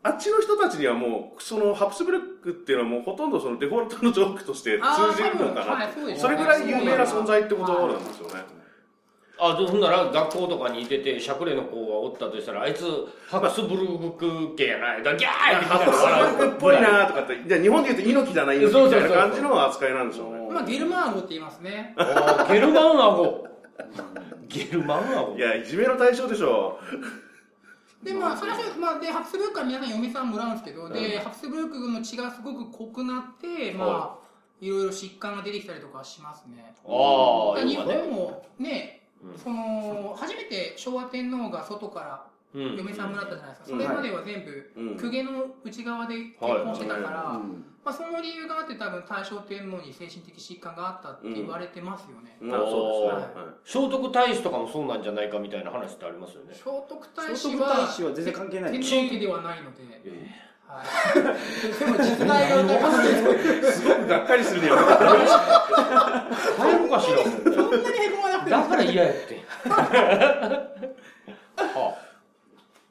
C: あっちの人たちにはもう、そのハプスブルクっていうのはもうほとんどそのデフォルトのジョークとして通じるのか
B: あー多分は
C: ない
B: そうですね
C: それぐらい有名な存在ってことなんですよね。
D: あでほんなら学校とかにいててしゃくれの子がおったとしたらあいつハクスブルク系やないだギャーって
C: ハプスブルクっぽいなとかって、じゃあ日本で言うと猪木だな、猪木みたいな感じの扱いなんでしょうね。
B: まあゲルマーゴって言いますね
D: あーゲルマンアゴゲルマンアゴ
C: いや、いじめの対象でしょ。
B: でまあそれはそうですまあでハプスブルクは皆さん嫁さんもらうんですけどでハプスブルクの血がすごく濃くなってまあいろいろ疾患が出てきたりとかしますね
D: ああ
B: 日
D: 今ね
B: 本もねその初めて昭和天皇が外から
D: うん
B: 嫁さんもらったじゃないですか、
C: うん
B: それまでは全部、
C: うん
B: 公家の内側で結婚してたから、
C: は
B: まあ、その理由があって多分大正天皇に精神的疾患があったって言われてますよね、
C: まあそうですねはい。
D: 聖徳太子とかもそうなんじゃないかみたいな話ってありますよね
B: 聖徳太
A: 聖
B: 子
A: 徳太
B: は
A: 子は全然関係ない
B: 天皇家ではないので、はいでも実
A: 大
B: 態が
A: 学
B: 分か
A: の話
B: る
A: です
C: すごくがっかりするには、
D: 大変かしらもう
B: そんなにへこまなくて
D: だから嫌や っては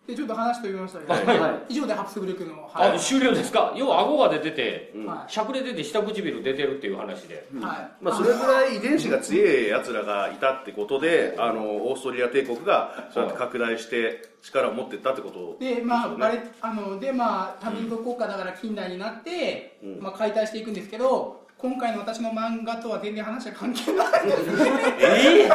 B: でちょっと話と言いましたけど、
A: はいはい
B: 以上でハプスブルクの、
D: あ
B: はい
D: あ終了ですか要は顎が出てて
C: うん
B: は
D: しゃくれ出て下唇出てるっていう話で
B: いはい
C: まあそれぐらい遺伝子が強い奴らがいたってことで、あの、オーストリア帝国がそうやって拡大して力を持ってったってこと
B: でまあ、バレあのでまあ多民族国家だから近代になって、
C: うん
B: まあ、解体していくんですけど今回の私の漫画とは全然話は関係ないです
D: え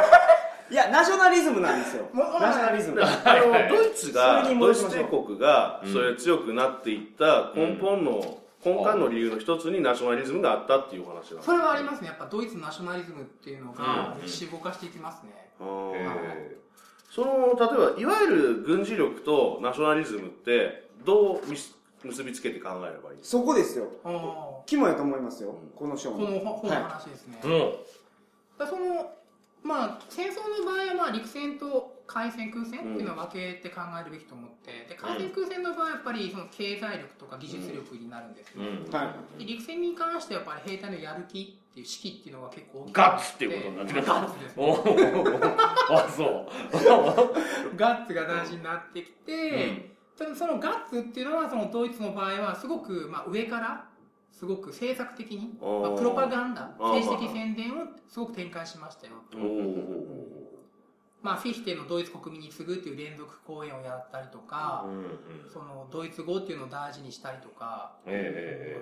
A: いやナショナリズムなんですよ
B: もう
A: ナショナリズム
C: あのドイツが
A: それに
C: ド
A: 戻
C: イ
A: し
C: ツ
A: ましょ
C: 帝
A: う
C: 国がそれ強くなっていった根本の根幹の理由の一つにナショナリズムがあったっていうお話なんです よ
B: それはありますねやっぱドイツナショナリズムっていうのが
D: うん
B: 歴史動かしていきますね、
C: その例えばいわゆる軍事力とナショナリズムってどうみす結びつけて考えればいい
A: そこですよ
B: あー
A: 肝やと思いますよこの章
B: この本の
A: はい
B: 話ですね、
D: えうん
B: だからそのまあ戦争の場合はまあ陸戦と海戦空戦っていうのは分けて考えるべきと思ってで海戦空戦の場合はやっぱりその経済力とか技術力になるんですね、
D: うん
A: はい
B: で陸戦に関してはやっぱり兵隊のやる気っていう士気っていうのが結構大きく
D: ガッツっていうことになってくる
B: ガッツですね
D: おーあそ う
B: ガッツが大事になってきて、ただそのガッツっていうのはそのドイツの場合はすごくまあ上からすごく政策的に、
C: おー
B: まあプロパガンダ
C: あー
B: 政治的宣伝をすごく展開しましたよと、まあ、フィヒテのドイツ国民に次ぐっていう連続公演をやったりとか、
D: うんうん
B: そのドイツ語っていうのを大事にしたりとか、
D: え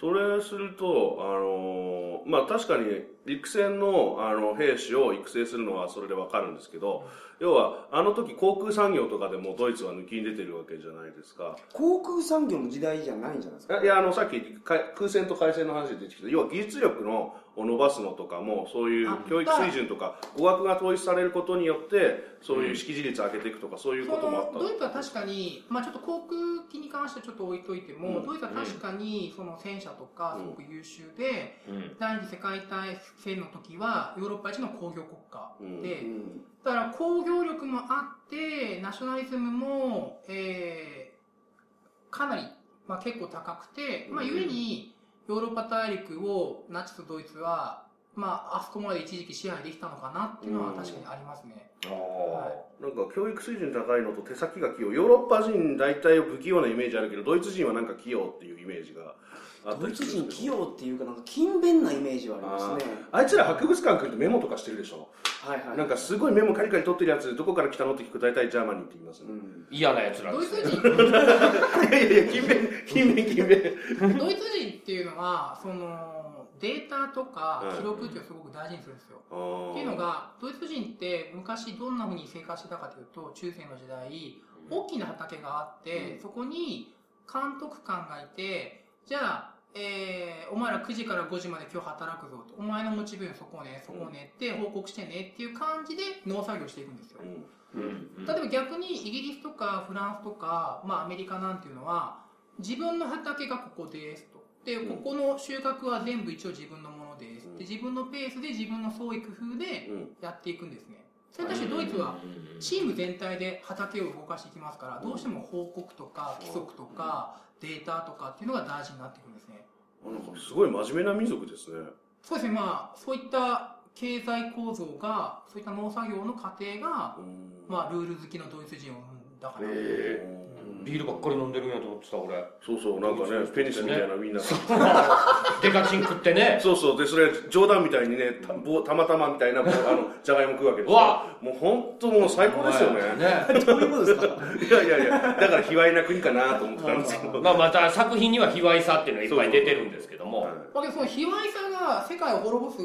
C: それすると、あのーまあ確かに陸戦のあの兵士を育成するのはそれでわかるんですけど、要はあの時航空産業とかでもドイツは抜きに出てるわけじゃないですか。
A: 航空産業の時代じゃないんじゃないですか
C: いや、あの、さっきか空戦と海戦の話で出てきた、要は技術力のを伸ばすのとかも、そういう
B: あ
C: 教育水準とか、語学が統一されることによって、そういう識字率上げていくとか、そういう
B: そ
C: こともあっ
B: の
C: た。
B: ドイツは確かに、まあ、ちょっと航空機に関してはちょっと置いといても、
C: うん
B: ドイツは確かにその戦車とかすごく優秀で、
D: えうん
B: 第二次世界大戦の時はヨーロッパ一の工業国家で、
A: うん
B: だから工業力もあってナショナリズムも、えーかなり、まあ、結構高くて、まあ、
C: うん
B: ゆえにヨーロッパ大陸をナチとドイツは、まあ、あそこまで一時期支配できたのかなっていうのは確かにありますね、
D: ああ
C: なんか教育水準高いのと手先が器用、ヨーロッパ人大体不器用なイメージあるけど、ドイツ人はなんか器用っていうイメージがあった
A: ドイ
C: りす
A: ツ
C: る
A: 人
C: んです
A: 器
C: けど
A: 用っていうかなんか勤勉なイメージはあり
C: あ
A: ますね
C: ーあいつら博物館来るとメモとかしてるでしょ
A: はいはい
C: なんかすごいメモカリカリ取ってるやつどこから来たのって聞くと大体ジャーマニーって言いますね、
D: 嫌なやつら
B: ド
D: で
B: イ
D: す
B: ツ
D: ね
B: 人
C: いやいやいや勤 勉勤勉勤勉
B: ドイツ人っていうのはそのデータとか記録っていうのをすごく大事にするんですよ、っていうのがドイツ人って昔どんなふうに生活してたかというと中世の時代大きな畑があって、そこに監督官がいてじゃあ、えーお前ら9時から5時まで今日働くぞとお前のモチベーションそこねそこねって報告してねっていう感じで農作業していくんですよ、
C: うん
D: うん
B: 例えば逆にイギリスとかフランスとか、まあ、アメリカなんていうのは自分の畑がここですとで
C: うん
B: ここの収穫は全部一応自分のものです
C: うん
B: で自分のペースで自分の創意工夫で
C: うん
B: やっていくんですねそれに対してドイツはチーム全体で畑を動かしていきますからどうしても報告とか規則とかデータとかっていうのが大事になってくるんですね
C: あなんかすごい真面目な民族ですね。
B: そうですねまあそういった経済構造がそういった農作業の過程が、まあ、ルール好きのドイツ人を生んだから、
D: え
C: うん
D: ビールばっかり飲んでるんやと思ってた俺
C: そうそう、なんかね、ペニスみたいなみんなが。
D: デカチン食ってね
C: そうそう、で、それ冗談みたいにね、た棒たまたまみたいな、棒あの、じゃがいも食うわけですよ
D: うわ
C: もう本当もう最高ですよね。
D: ね
A: どういうことですか
C: いやいやいや、だから卑猥な国かなと思ってたんですけど。
D: まあまた作品には卑猥さっていうのがいっぱい出てるんですけども
C: はい
B: だけどその卑猥さが世界を滅ぼす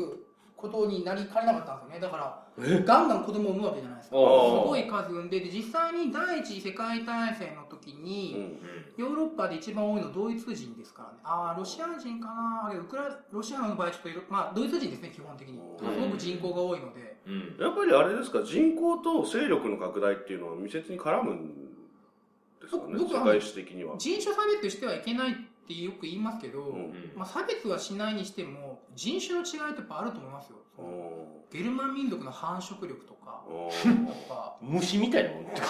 B: ことになりかねなかったんですよねだからガンガン子供を産むわけじゃないですかす
D: あー
B: ごい数産んでで実際に第一次世界大戦の時
C: う
B: に、
C: ん
B: ヨーロッパで一番多いのドイツ人ですからねああロシア人かなあれウクラロシアの場合ちょっといろまあドイツ人ですね基本的にす
C: うん
B: ごく人口が多いので
D: うん
C: やっぱりあれですか、人口と勢力の拡大っていうのは密接に絡むんですかね、
B: 僕僕
C: 世界史的には。
B: 人種差別してはいけないってよく言いますけど、
C: うん
B: まあ、差別はしないにしても人種の違いってやっぱあると思いますよ
C: あー
B: ゲルマン民族の繁殖力とか
C: あー
B: やっぱ
D: 虫みたいなもんって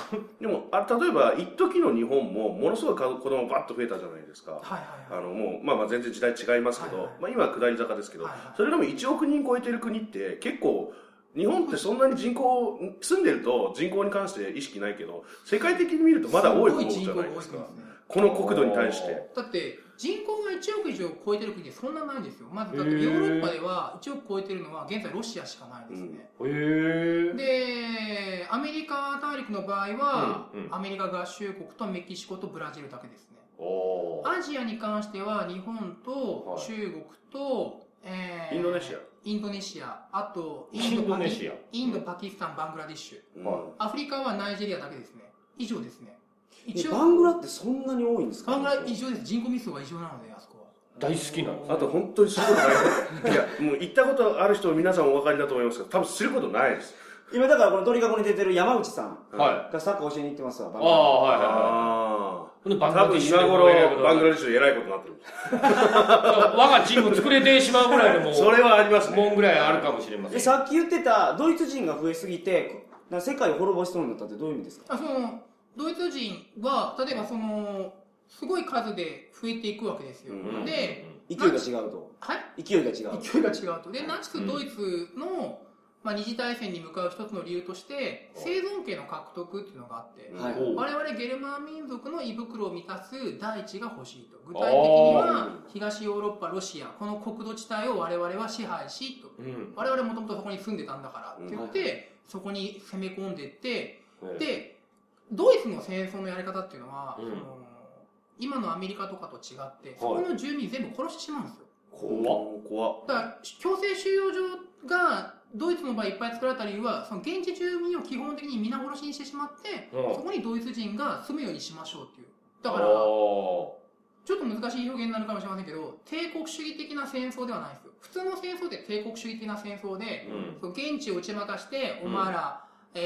C: でもあ例えば一時の日本もものすごい数子供バッと増えたじゃないですか
B: はいはい
C: あ
B: はい
C: のもう、まあ、まあ全然時代違いますけど、
B: はいはい
C: まあ、今は下り坂ですけど、
B: はいはい
C: それでも1億人超えてる国って結構日本ってそんなに人口住んでると人口に関して意識ないけど世界的に見るとまだ多い方じゃないですか
B: ごい人口が多い
C: この国土に対して
B: だって人口が1億以上超えてる国ってそんなないんですよまずだってヨーロッパでは1億超えてるのは現在ロシアしかないですね、
D: へえ
B: でアメリカ大陸の場合は、
D: うんうん
B: アメリカ合衆国とメキシコとブラジルだけですね
D: おー
B: アジアに関しては日本と
D: はい
B: 中国と、えー
C: インドネシア
B: インドネシアあと
D: インドネシア
B: インドパキスタンバングラディッシュ
C: うん
D: はい
B: アフリカはナイジェリアだけですね以上ですね一
A: え
B: 応
A: バングラってそんなに多いんですか
B: バングラ異常です人口密度が異常なのであそこは
D: 大好きなんです
C: あと本当にすることないいやもう行ったことある人皆さんお分かりだと思いますけど多分することないです
A: 今だからこの鳥かごに出てる山内さん
D: はい
A: がサッカー教えに行ってますわバン
D: あ
A: グラ
D: あはいはいはい
C: ああ
D: ほんでバング
C: 多
D: ラディ
C: 分
D: ッシュ
C: 今
D: で
C: 頃
D: こうやる
C: バングラディッシュでえらいことになってる
D: 我がチーム作れてしまうぐらいのも
C: それはあります
D: う
C: ね
D: もんぐらいあるかもしれませ
A: で
D: ん
A: さっき言ってたドイツ人が増えすぎてなんか世界を滅ぼしそうになったってどういう意味ですか
B: あそのドイツ人は例えばそのすごい数で増えていくわけですよ、
C: うん
B: で、
A: 勢いが違うと
B: はい
A: 勢いが違う
B: 勢いが違うとでナチスドイツの、まあ、二次大戦に向かう一つの理由として生存権の獲得っていうのがあって、
A: はい
D: おう
B: 我々ゲルマン民族の胃袋を満たす大地が欲しいと具体的には東ヨーロッパロシアこの国土地帯を我々は支配しと
D: うん
B: 我々もともとそこに住んでたんだからって言って、そこに攻め込んでって、でドイツの戦争のやり方っていうのは、
D: うん
B: その今のアメリカとかと違ってそこの住民全部殺してしまうんですよ
D: 怖っ
C: 怖っ
B: だから強制収容所がドイツの場合いっぱい作られた理由はその現地住民を基本的に皆殺しにしてしまって、
D: うん
B: そこにドイツ人が住むようにしましょうっていうだから
D: お
B: ちょっと難しい表現になるかもしれませんけど帝国主義的な戦争ではないんですよ普通の戦争って帝国主義的な戦争で、
D: ーうん
B: そう現地を打ち負かして、
D: う
B: お
D: ん
B: 前ら、え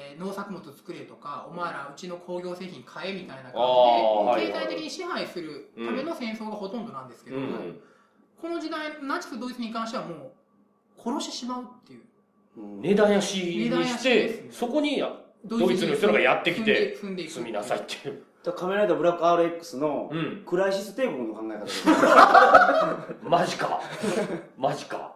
B: ー農作物作れとか、お前らうちの工業製品買えみたいな
D: あー
B: 感
D: はい
B: じで、経済的に支配するための戦争がほとんどなんですけ
D: う
B: ど、
D: ん
B: この時代、ナチス・ドイツに関してはもう、殺してしまうっていう。
D: 根絶やしに
B: 根絶や
D: し
B: しです
D: て
B: ね
D: そこに
B: ド
D: イツの人らがやってきて
B: 住んでいく
D: 住みなさいっていう
A: だから仮面ライダーブラック RX の
D: うん
A: クライシス帝国の考え方です
D: マジかマジか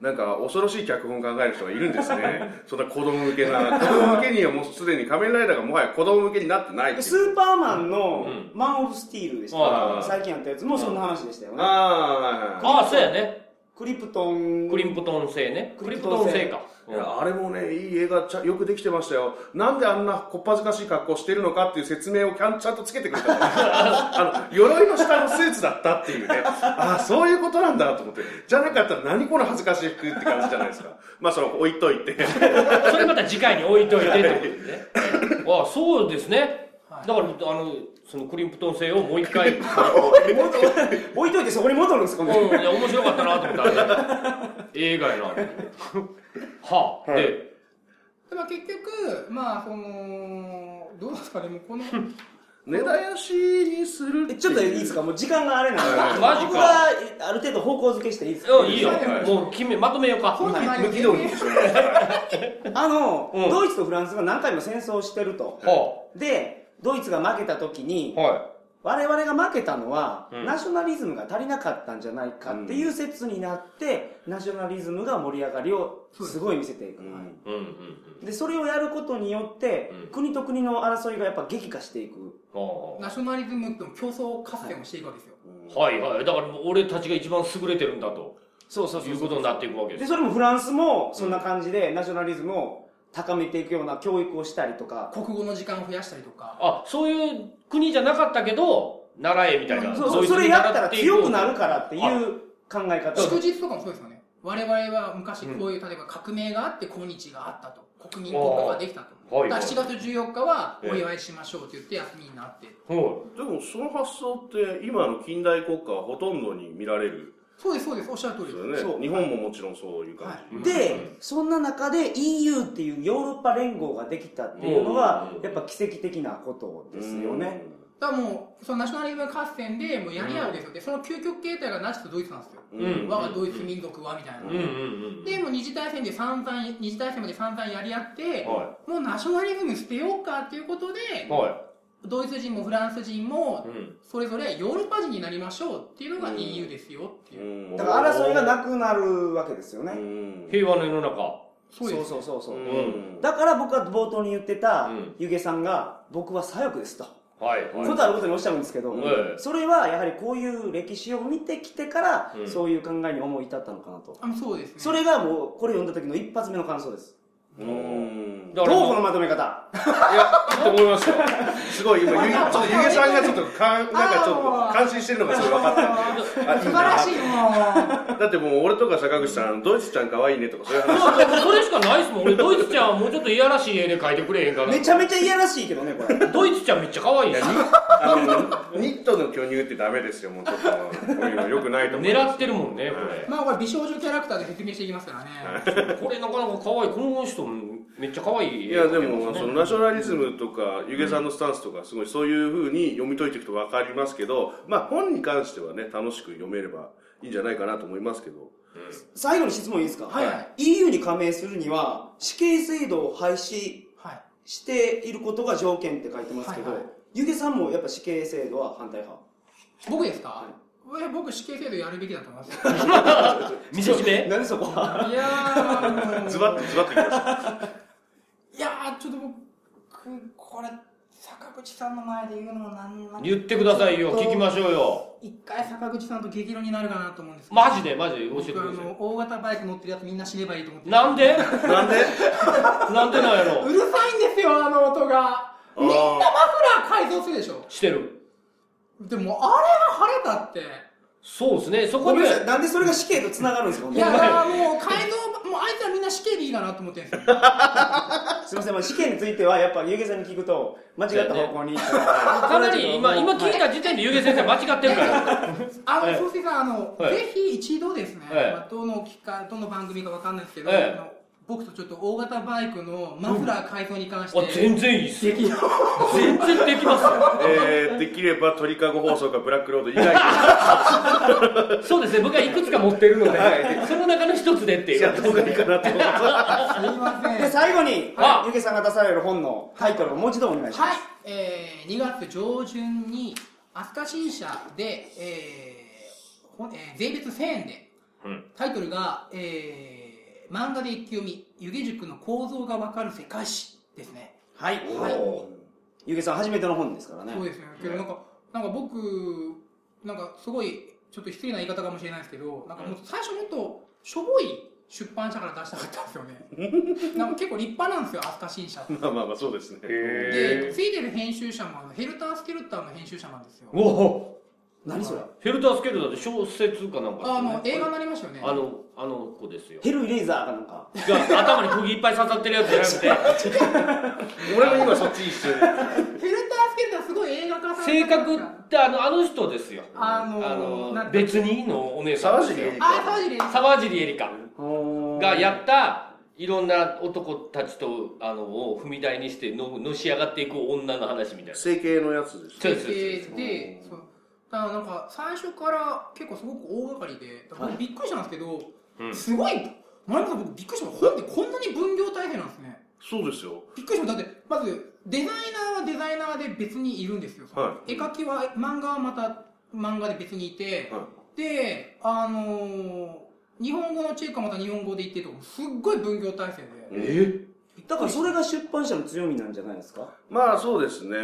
C: なんか恐ろしい脚本考える人がいるんですね。 そんな子供向けな。子供向けにはもうすでに仮面ライダーがもはや子供向けになってないっていう
A: スーパーマンの
D: うん
A: マン・オブ・スティールでした、
D: はい
A: 最近やったやつもそんな話でしたよね。
C: ああ、はいはい
D: ああそうやね
A: クリプトン。
D: クリンプトン製ねクリプトン製か
C: いやあれもね、いい映画ちゃよくできてましたよ。なんであんなこっぱずかしい格好してるのかっていう説明をちゃんちゃんとつけてくれ たのあの、鎧の下のスーツだったっていうね。ああ、そういうことなんだと思って。じゃなかったら何この恥ずかしい服って感じじゃないですか。まあ、その、置いとい て。
D: それまた次回に置いといてってことですねああそうですね
B: はい
D: だからあのそのクリンプトン製をもう一回うんい
A: 置いといてそこに戻るんですか、ね、
D: や面白かったなと思ったあれ映画やなはあ
C: はい
D: で
B: でまあ結局、まあ、その、どうですかね、もう この、
C: 根絶やしにする
A: えちょっといいですかもう時間があれなんで
C: はい
D: マジか
A: 僕がえある程度方向付けしていいですか
D: うんいいよ
C: はい
D: もう決めまとめようか
B: こんな内容
C: 無軌道にしてしまいました。
A: あの、
D: うん
A: ドイツとフランスが何回も戦争をしてると。
D: は
A: で、ドイツが負けた時に
D: あ、は
A: 我々が負けたのは、
D: うん
A: ナショナリズムが足りなかったんじゃないかっていう説になって、ナショナリズムが盛り上がりをすごい見せていく。
C: うん
D: いうんうんうん
A: で、それをやることによって、
D: うん
A: 国と国の争いがやっぱ激化していく。
D: はあ
B: ナショナリズムとの競争合戦をしていくわけですよ。
D: はいはいだからもう俺たちが一番優れてるんだと
A: そうそう
D: いうことになっていくわけで
A: で、
D: す
A: それもフランスもそんな感じで、ナショナリズムを高めていくような教育をしたりとか、
B: 国語の時間を増やしたりとか。
D: あそういう国じゃなかったけど習えみたいな
A: そう
D: ド
A: そう
D: イツ
A: そ
D: に
A: れやった
D: 習
A: ら
D: ていこう
A: 強くなるからっていう考え方を
B: 祝日とかもそうですよね。我々は昔こういう、例えば革命があって今日があったと。国民国家ができたと。
D: あーはい
B: だから7月14日は
D: ええ
B: お祝いしましょうって言って休みになって。
D: は
C: でもその発想って今の近代国家はほとんどに見られる
B: そうです、そうです。おっしゃる通
C: ん
B: り
C: です
B: で
C: よ
B: す。
C: ね
A: そう
C: 日本ももちろんそういう感
A: は
C: じ、
A: い、
D: ん
A: で、
D: うん
A: そんな中で EU っていうヨーロッパ連合ができたっていうのが
D: うん
A: やっぱ奇跡的なことですよね、
B: だからもう、そのナショナリズム合戦でもうやり合うわけですよ。で、その究極形態がナチとドイツなんですよ。
C: う
D: うんん
B: 我がドイツ民族はみたいな。
D: うんうんうん
B: で、もう二次大戦で散々、二次大戦まで散々やり合って、
D: は
B: もうナショナリズム捨てようかっていうことで、
D: いは
B: ドイツ人もフランス人も
D: い、うん
B: それぞれヨーロッパ人になりましょうっていうのが EU ですよっていう。
C: うん
A: だから争いがなくなるわけですよね、
C: うん
D: 平和の世の中
B: そうです
A: そうそ
B: ね
A: うそうそう、
C: うん
A: だから僕は冒頭に言ってた
D: うん
A: 湯気さんが僕は左翼ですと、
D: はいはい
A: ことあることにおっしゃるんですけど、
D: うん
A: それはやはりこういう歴史を見てきてから、
D: うん
A: そういう考えに思い至ったのかなと、
B: あのそうですね。
A: それがもうこれ読んだ時の一発目の感想です
C: うん
A: ど
D: だ
A: う
D: から
A: このまとめ方
C: いやいいと思いますよ すごい今ゆちょっと湯気さんがちょっとかんなんかちょっと感心してるのがすごい分かったあ
B: 素晴らし
C: い
B: いも
C: なだってもう俺とか坂口さんドイツちゃん可愛いねとかそういう話
D: そうだからそれしかないっすもん 俺ドイツちゃんはもうちょっといやらしい絵で描いてくれへんか
A: め
D: ら
A: ちゃめちゃいやらしいけどねこれ
D: ドイツちゃんめっちゃ可愛いやん
C: あのニットの巨乳ってダメですよもうちょっとこういうのよくないと思う
D: 狙ってるもんね
B: う。まあこれ美少女キャラクターで説明していきますからね。
D: これこれなかなか可愛いこの人めっちゃ可愛い
C: い
D: 絵
C: やで
D: 描けますね
C: もそのナショナリズムとか湯気さんのスタンスとかすごいそういう風に読み解いていくと分かりますけどまあ本に関してはね楽しく読めればいいんじゃないかなと思いますけど
A: 最後に質問いいですか、
B: はいはい。
A: EU に加盟するには死刑制度を廃止
B: はい。
A: していることが条件って書いてますけど、
B: はいはい
A: 湯気さんもやっぱ死刑制度は反対派
B: 僕ですか、いや僕死刑制度やるべきだと思います。
D: 見せ しめ
A: 何そこはい
B: やーもう
C: ズバッとズバッと言いました
B: いやーちょっと僕、これ、坂口さんの前で言うのもなんなん
D: 言ってくださいよ聞きましょうよ
B: 一回坂口さんと激論になるかなと思うんですけど。
D: マジでマジで教えてく
B: 僕あ
D: ださ
B: の、大型バイク乗ってるやつみんな死ねばいいと思って
D: いなんで
C: なんで
D: なんでなんやろ
B: うるさいんですよ、あの音が。
C: あー
B: みんなマフラー改造するでしょ。
D: してる
B: でも、あれが晴れたって。
D: そうですねそこ
A: ご
D: に
A: めんなさいなんでそれが死刑とつながるんですか
B: いやだからもう改造もうあいつらみんな死刑でいいかなと思 ってるんですよ
A: すいませんまあ死刑についてはやっぱ湯気さんに聞くと間違った方向に
D: か
A: か
D: なり今今聞いた時点で湯気先生間違ってるから
B: あの
D: ええ
B: 総帥さんあの、
D: はい
B: ぜひ一度ですね、
D: ええ
B: まあ、どの機会どの番組かわかんないですけど、
D: ええ
B: あの僕とちょっと大型バイクのマフラー改造に関して、
D: あ全然いいっすよ全然できますよ
C: えー、できれば鳥かご放送かブラックロード以外
D: そうですね僕はいくつか持ってるのでその中の一つでって
C: で
D: い
C: やっ
D: う
C: た方がいいかなと思います
B: すいません
A: で最後に
D: あ
A: 湯気さんが出される本のタイトルをもう一度お願いしま
B: はい
A: す、
B: えー、2月上旬に飛鳥新社で、えーほんえー税別1000円で、
D: うん
B: タイトルが、えー漫画で一気読み、湯気塾の構造がわかる世界史ですね。
A: はい
B: はい
A: ゆうけさん初めての本ですからね
B: そうですね。けどなんか、なんか僕、なんかすごい、ちょっと失礼な言い方かもしれないですけど、なんかもう最初もっとしょぼい出版社から出したかったんですよ ね。なんか結構立派なんですよ、アスカ新社って。
C: まあまあまあそうですね。
B: で、
D: へえ
B: ついてる編集者もあのヘルター・スケルターの編集者なんですよ。
D: おお
A: 何それ
D: フェルタースケルだって小説かなんかですよ
B: あ
D: ね
B: の、映画になりましたよね。
D: あのあの子ですよ
A: ヘルイレーザーかなんか
D: いや頭に釘いっぱい刺さってるやつじゃなくて
C: 俺も今そっち一緒で。
B: ヘルター・スケルターすごい映画化され
D: 性
B: てます
D: 格ってあのあの人ですよ
B: あ
D: あ
B: のなん
D: の
B: か
D: 別にのお姉さんですよ
B: あー、そうですね。
D: 沢尻エリカが
A: が
D: やったいろんな男たちとあのを踏み台にしてののし上がっていく女の話みたいな
C: 整形のやつです
D: そうです
B: で、そう。だからなんか最初から結構すごく大掛かりで、だから僕びっくりしたんですけど、
D: うん
B: すごい、前村さん僕びっくりした。本ってこんなに分業体制なんですね。
C: そうですよ。
B: びっくりした。だって、まずデザイナーはデザイナーで別にいるんですよ。
C: は
B: 絵描きは、漫画はまた漫画で別にいて、
C: は
B: で、あのー日本語のチェックはまた日本語で言ってとか、すっごい分業体制で。
C: え
A: だからそれが出版社の強みなんじゃないですか
C: まあそうですね。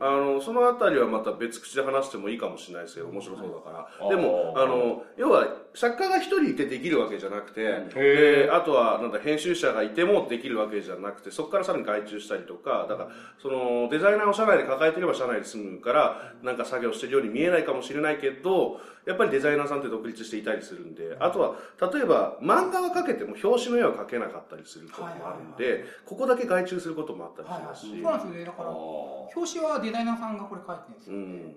C: あの、そのあたりはまた別口で話してもいいかもしれないですけど、面白そうだから。
D: は
C: で
D: い
C: も、
D: あー
C: あの、要は、作家が一人いてできるわけじゃなくて、
D: へ
C: であとは、なんだ、編集者がいてもできるわけじゃなくて、そこからさらに外注したりとか、だから、その、デザイナーを社内で抱えてれば社内で済むから、なんか作業してるように見えないかもしれないけど、やっぱりデザイナーさんって独立していたりするんで、あとは、例えば、漫画は描けても表紙の絵は描けなかったりすることもあるん
B: はいは
C: で、ここだけ外注することもあったり
B: はいはい、
C: し
B: そ
C: ます
B: うなんで
C: し、
B: すよね。だから、表紙はデザイナーさんがこれ書いてるんです
C: う
B: よ。
C: ん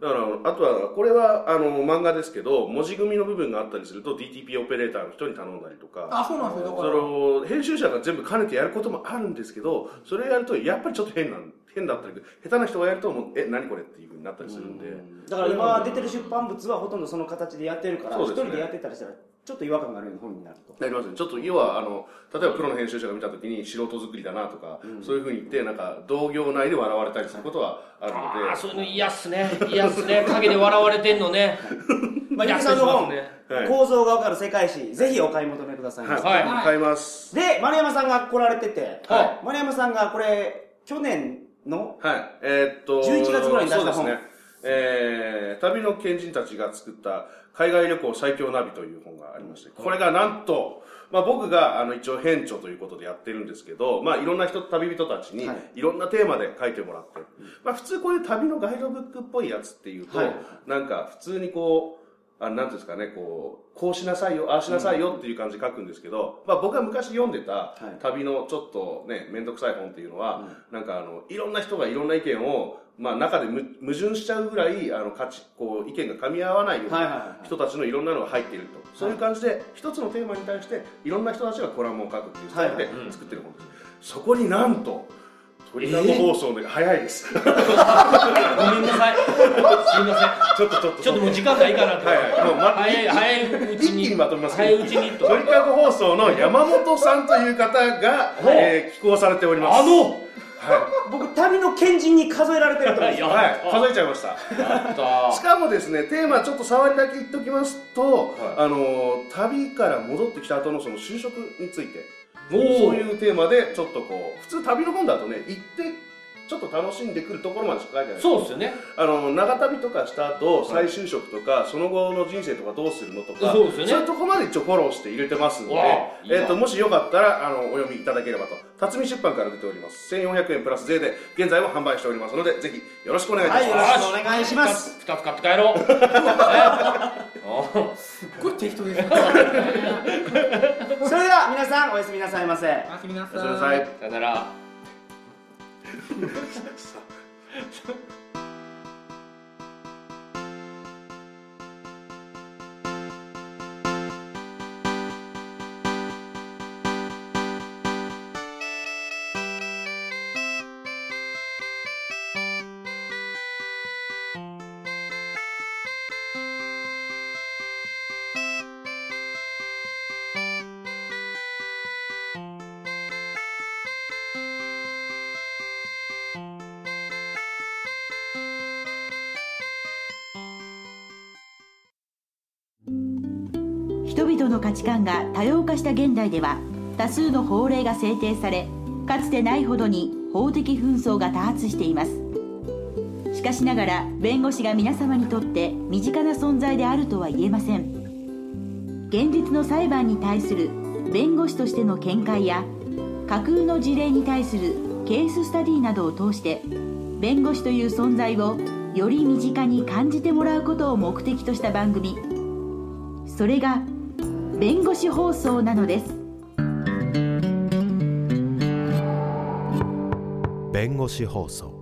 C: だからあとはこれはあの漫画ですけど文字組みの部分があったりすると DTP オペレーターの人に頼んだりとか
B: あ、そうなんですよ。だ
C: そ
B: か
C: れ
B: ら。
C: を編集者が全部兼ねてやることもあるんですけどそれをやるとやっぱりちょっと変なん変だったり下手な人がやるともうえ何これっていうふうになったりするんで
A: だから今出てる出版物はほとんどその形でやってるから
C: そう
A: 一、
C: ですね
A: 人でやってたりしたらちょっと違和感があるような本になると
C: なりますねちょっと要はあの例えばプロの編集者が見た時に素人作りだなとか、そういうふうに言ってなんか同業内で笑われたりすることはあるので
D: ああそういうの嫌っすね嫌っすね陰で笑われてんのね
A: まあ、ゆ
D: や
A: う
D: っ
A: き
D: て
A: さんの
D: しま
A: 本、
D: うね
C: はい
A: 構造がわかる世界史、ぜひお買い求めくださいませ、
C: はい、
B: はい
C: 買います
A: で、丸山さんが来られてて、
D: は
A: 丸山さんがこれ、去年の、
C: はい。えーっと、
A: 11月ぐらいに出した本
C: そうですね。えー、旅の賢人たちが作った海外旅行最強ナビという本がありまして、これがなんと、まあ僕があの一応編著ということでやってるんですけど、まあいろんな人、旅人たちに
A: はい
C: いろんなテーマで書いてもらって、まあ普通こういう旅のガイドブックっぽいやつっていうと、
A: はい
C: なんか普通にこう、あなんていうんですかね、こう、こうしなさいよ、ああしなさいよっていう感じで書くんですけど、まあ僕が昔読んでた
A: い
C: 旅のちょっとね、めんどくさい本っていうのは、なんかあの、いろんな人がいろんな意見を、まあ中でむ矛盾しちゃうぐらい、あの、価値、こう、意見が噛み合わないよう
A: はいはいは
C: ない人たちのいろんなのが入っていると。そういう感じで、一つのテーマに対して、いろんな人たちがコラムを書くっていうスタイルで
A: は
C: 作ってる本です。そこになんと、鳥かご放送で、早いです。
D: ごめんなさいすいませ ん
C: ちょっとちょっと。
D: ちょっともう時間ないかなと。
C: はいはいもうま
D: 早い、早いうちに。
C: 一気にまとめます
D: 早いうちにと。
C: 鳥かご放送の山本さんという方が、
D: お
C: えー、寄稿されております。
D: あの
C: は
A: 僕、旅の賢人に数えられてると思うん で
D: い
A: す
D: や
A: よ。
C: い、はい、数えちゃいました。
D: やった
C: しかもですね、テーマちょっと触りだけ言っておきますと、
D: は
C: あの旅から戻ってきた後のその就職について、
D: おー
C: そういうテーマでちょっとこう普通旅の本だとね行ってちょっと楽しんでくるところまでしか書いてない。
D: そうっすよね。
C: あの長旅とかした後、再就職とかその後の人生とかどうするのとか、
D: そうですよね
C: いうとこまで一応フォローして入れてますので
D: わあ、いいな
C: えっともしよかったらあのお読みいただければと辰巳出版から出ております1400円プラス税で現在も販売しておりますのでぜひよろしくお願いいたします。
A: よろしくお願いします
D: 二つ買って帰 ろう。ねお
B: すっごい適当ですね。お
A: それでは、皆さん、おやすみなさいませ。
B: やすみな
C: おやすみなさ
B: さい
C: い。
D: さよなら。
E: 度の価値観が多様化した現代では多数の法令が制定されかつてないほどに法的紛争が多発していますしかしながら弁護士が皆様にとって身近な存在であるとは言えません現実の裁判に対する弁護士としての見解や架空の事例に対するケーススタディなどを通して弁護士という存在をより身近に感じてもらうことを目的とした番組それが弁護士放送なのです
F: 弁護士放送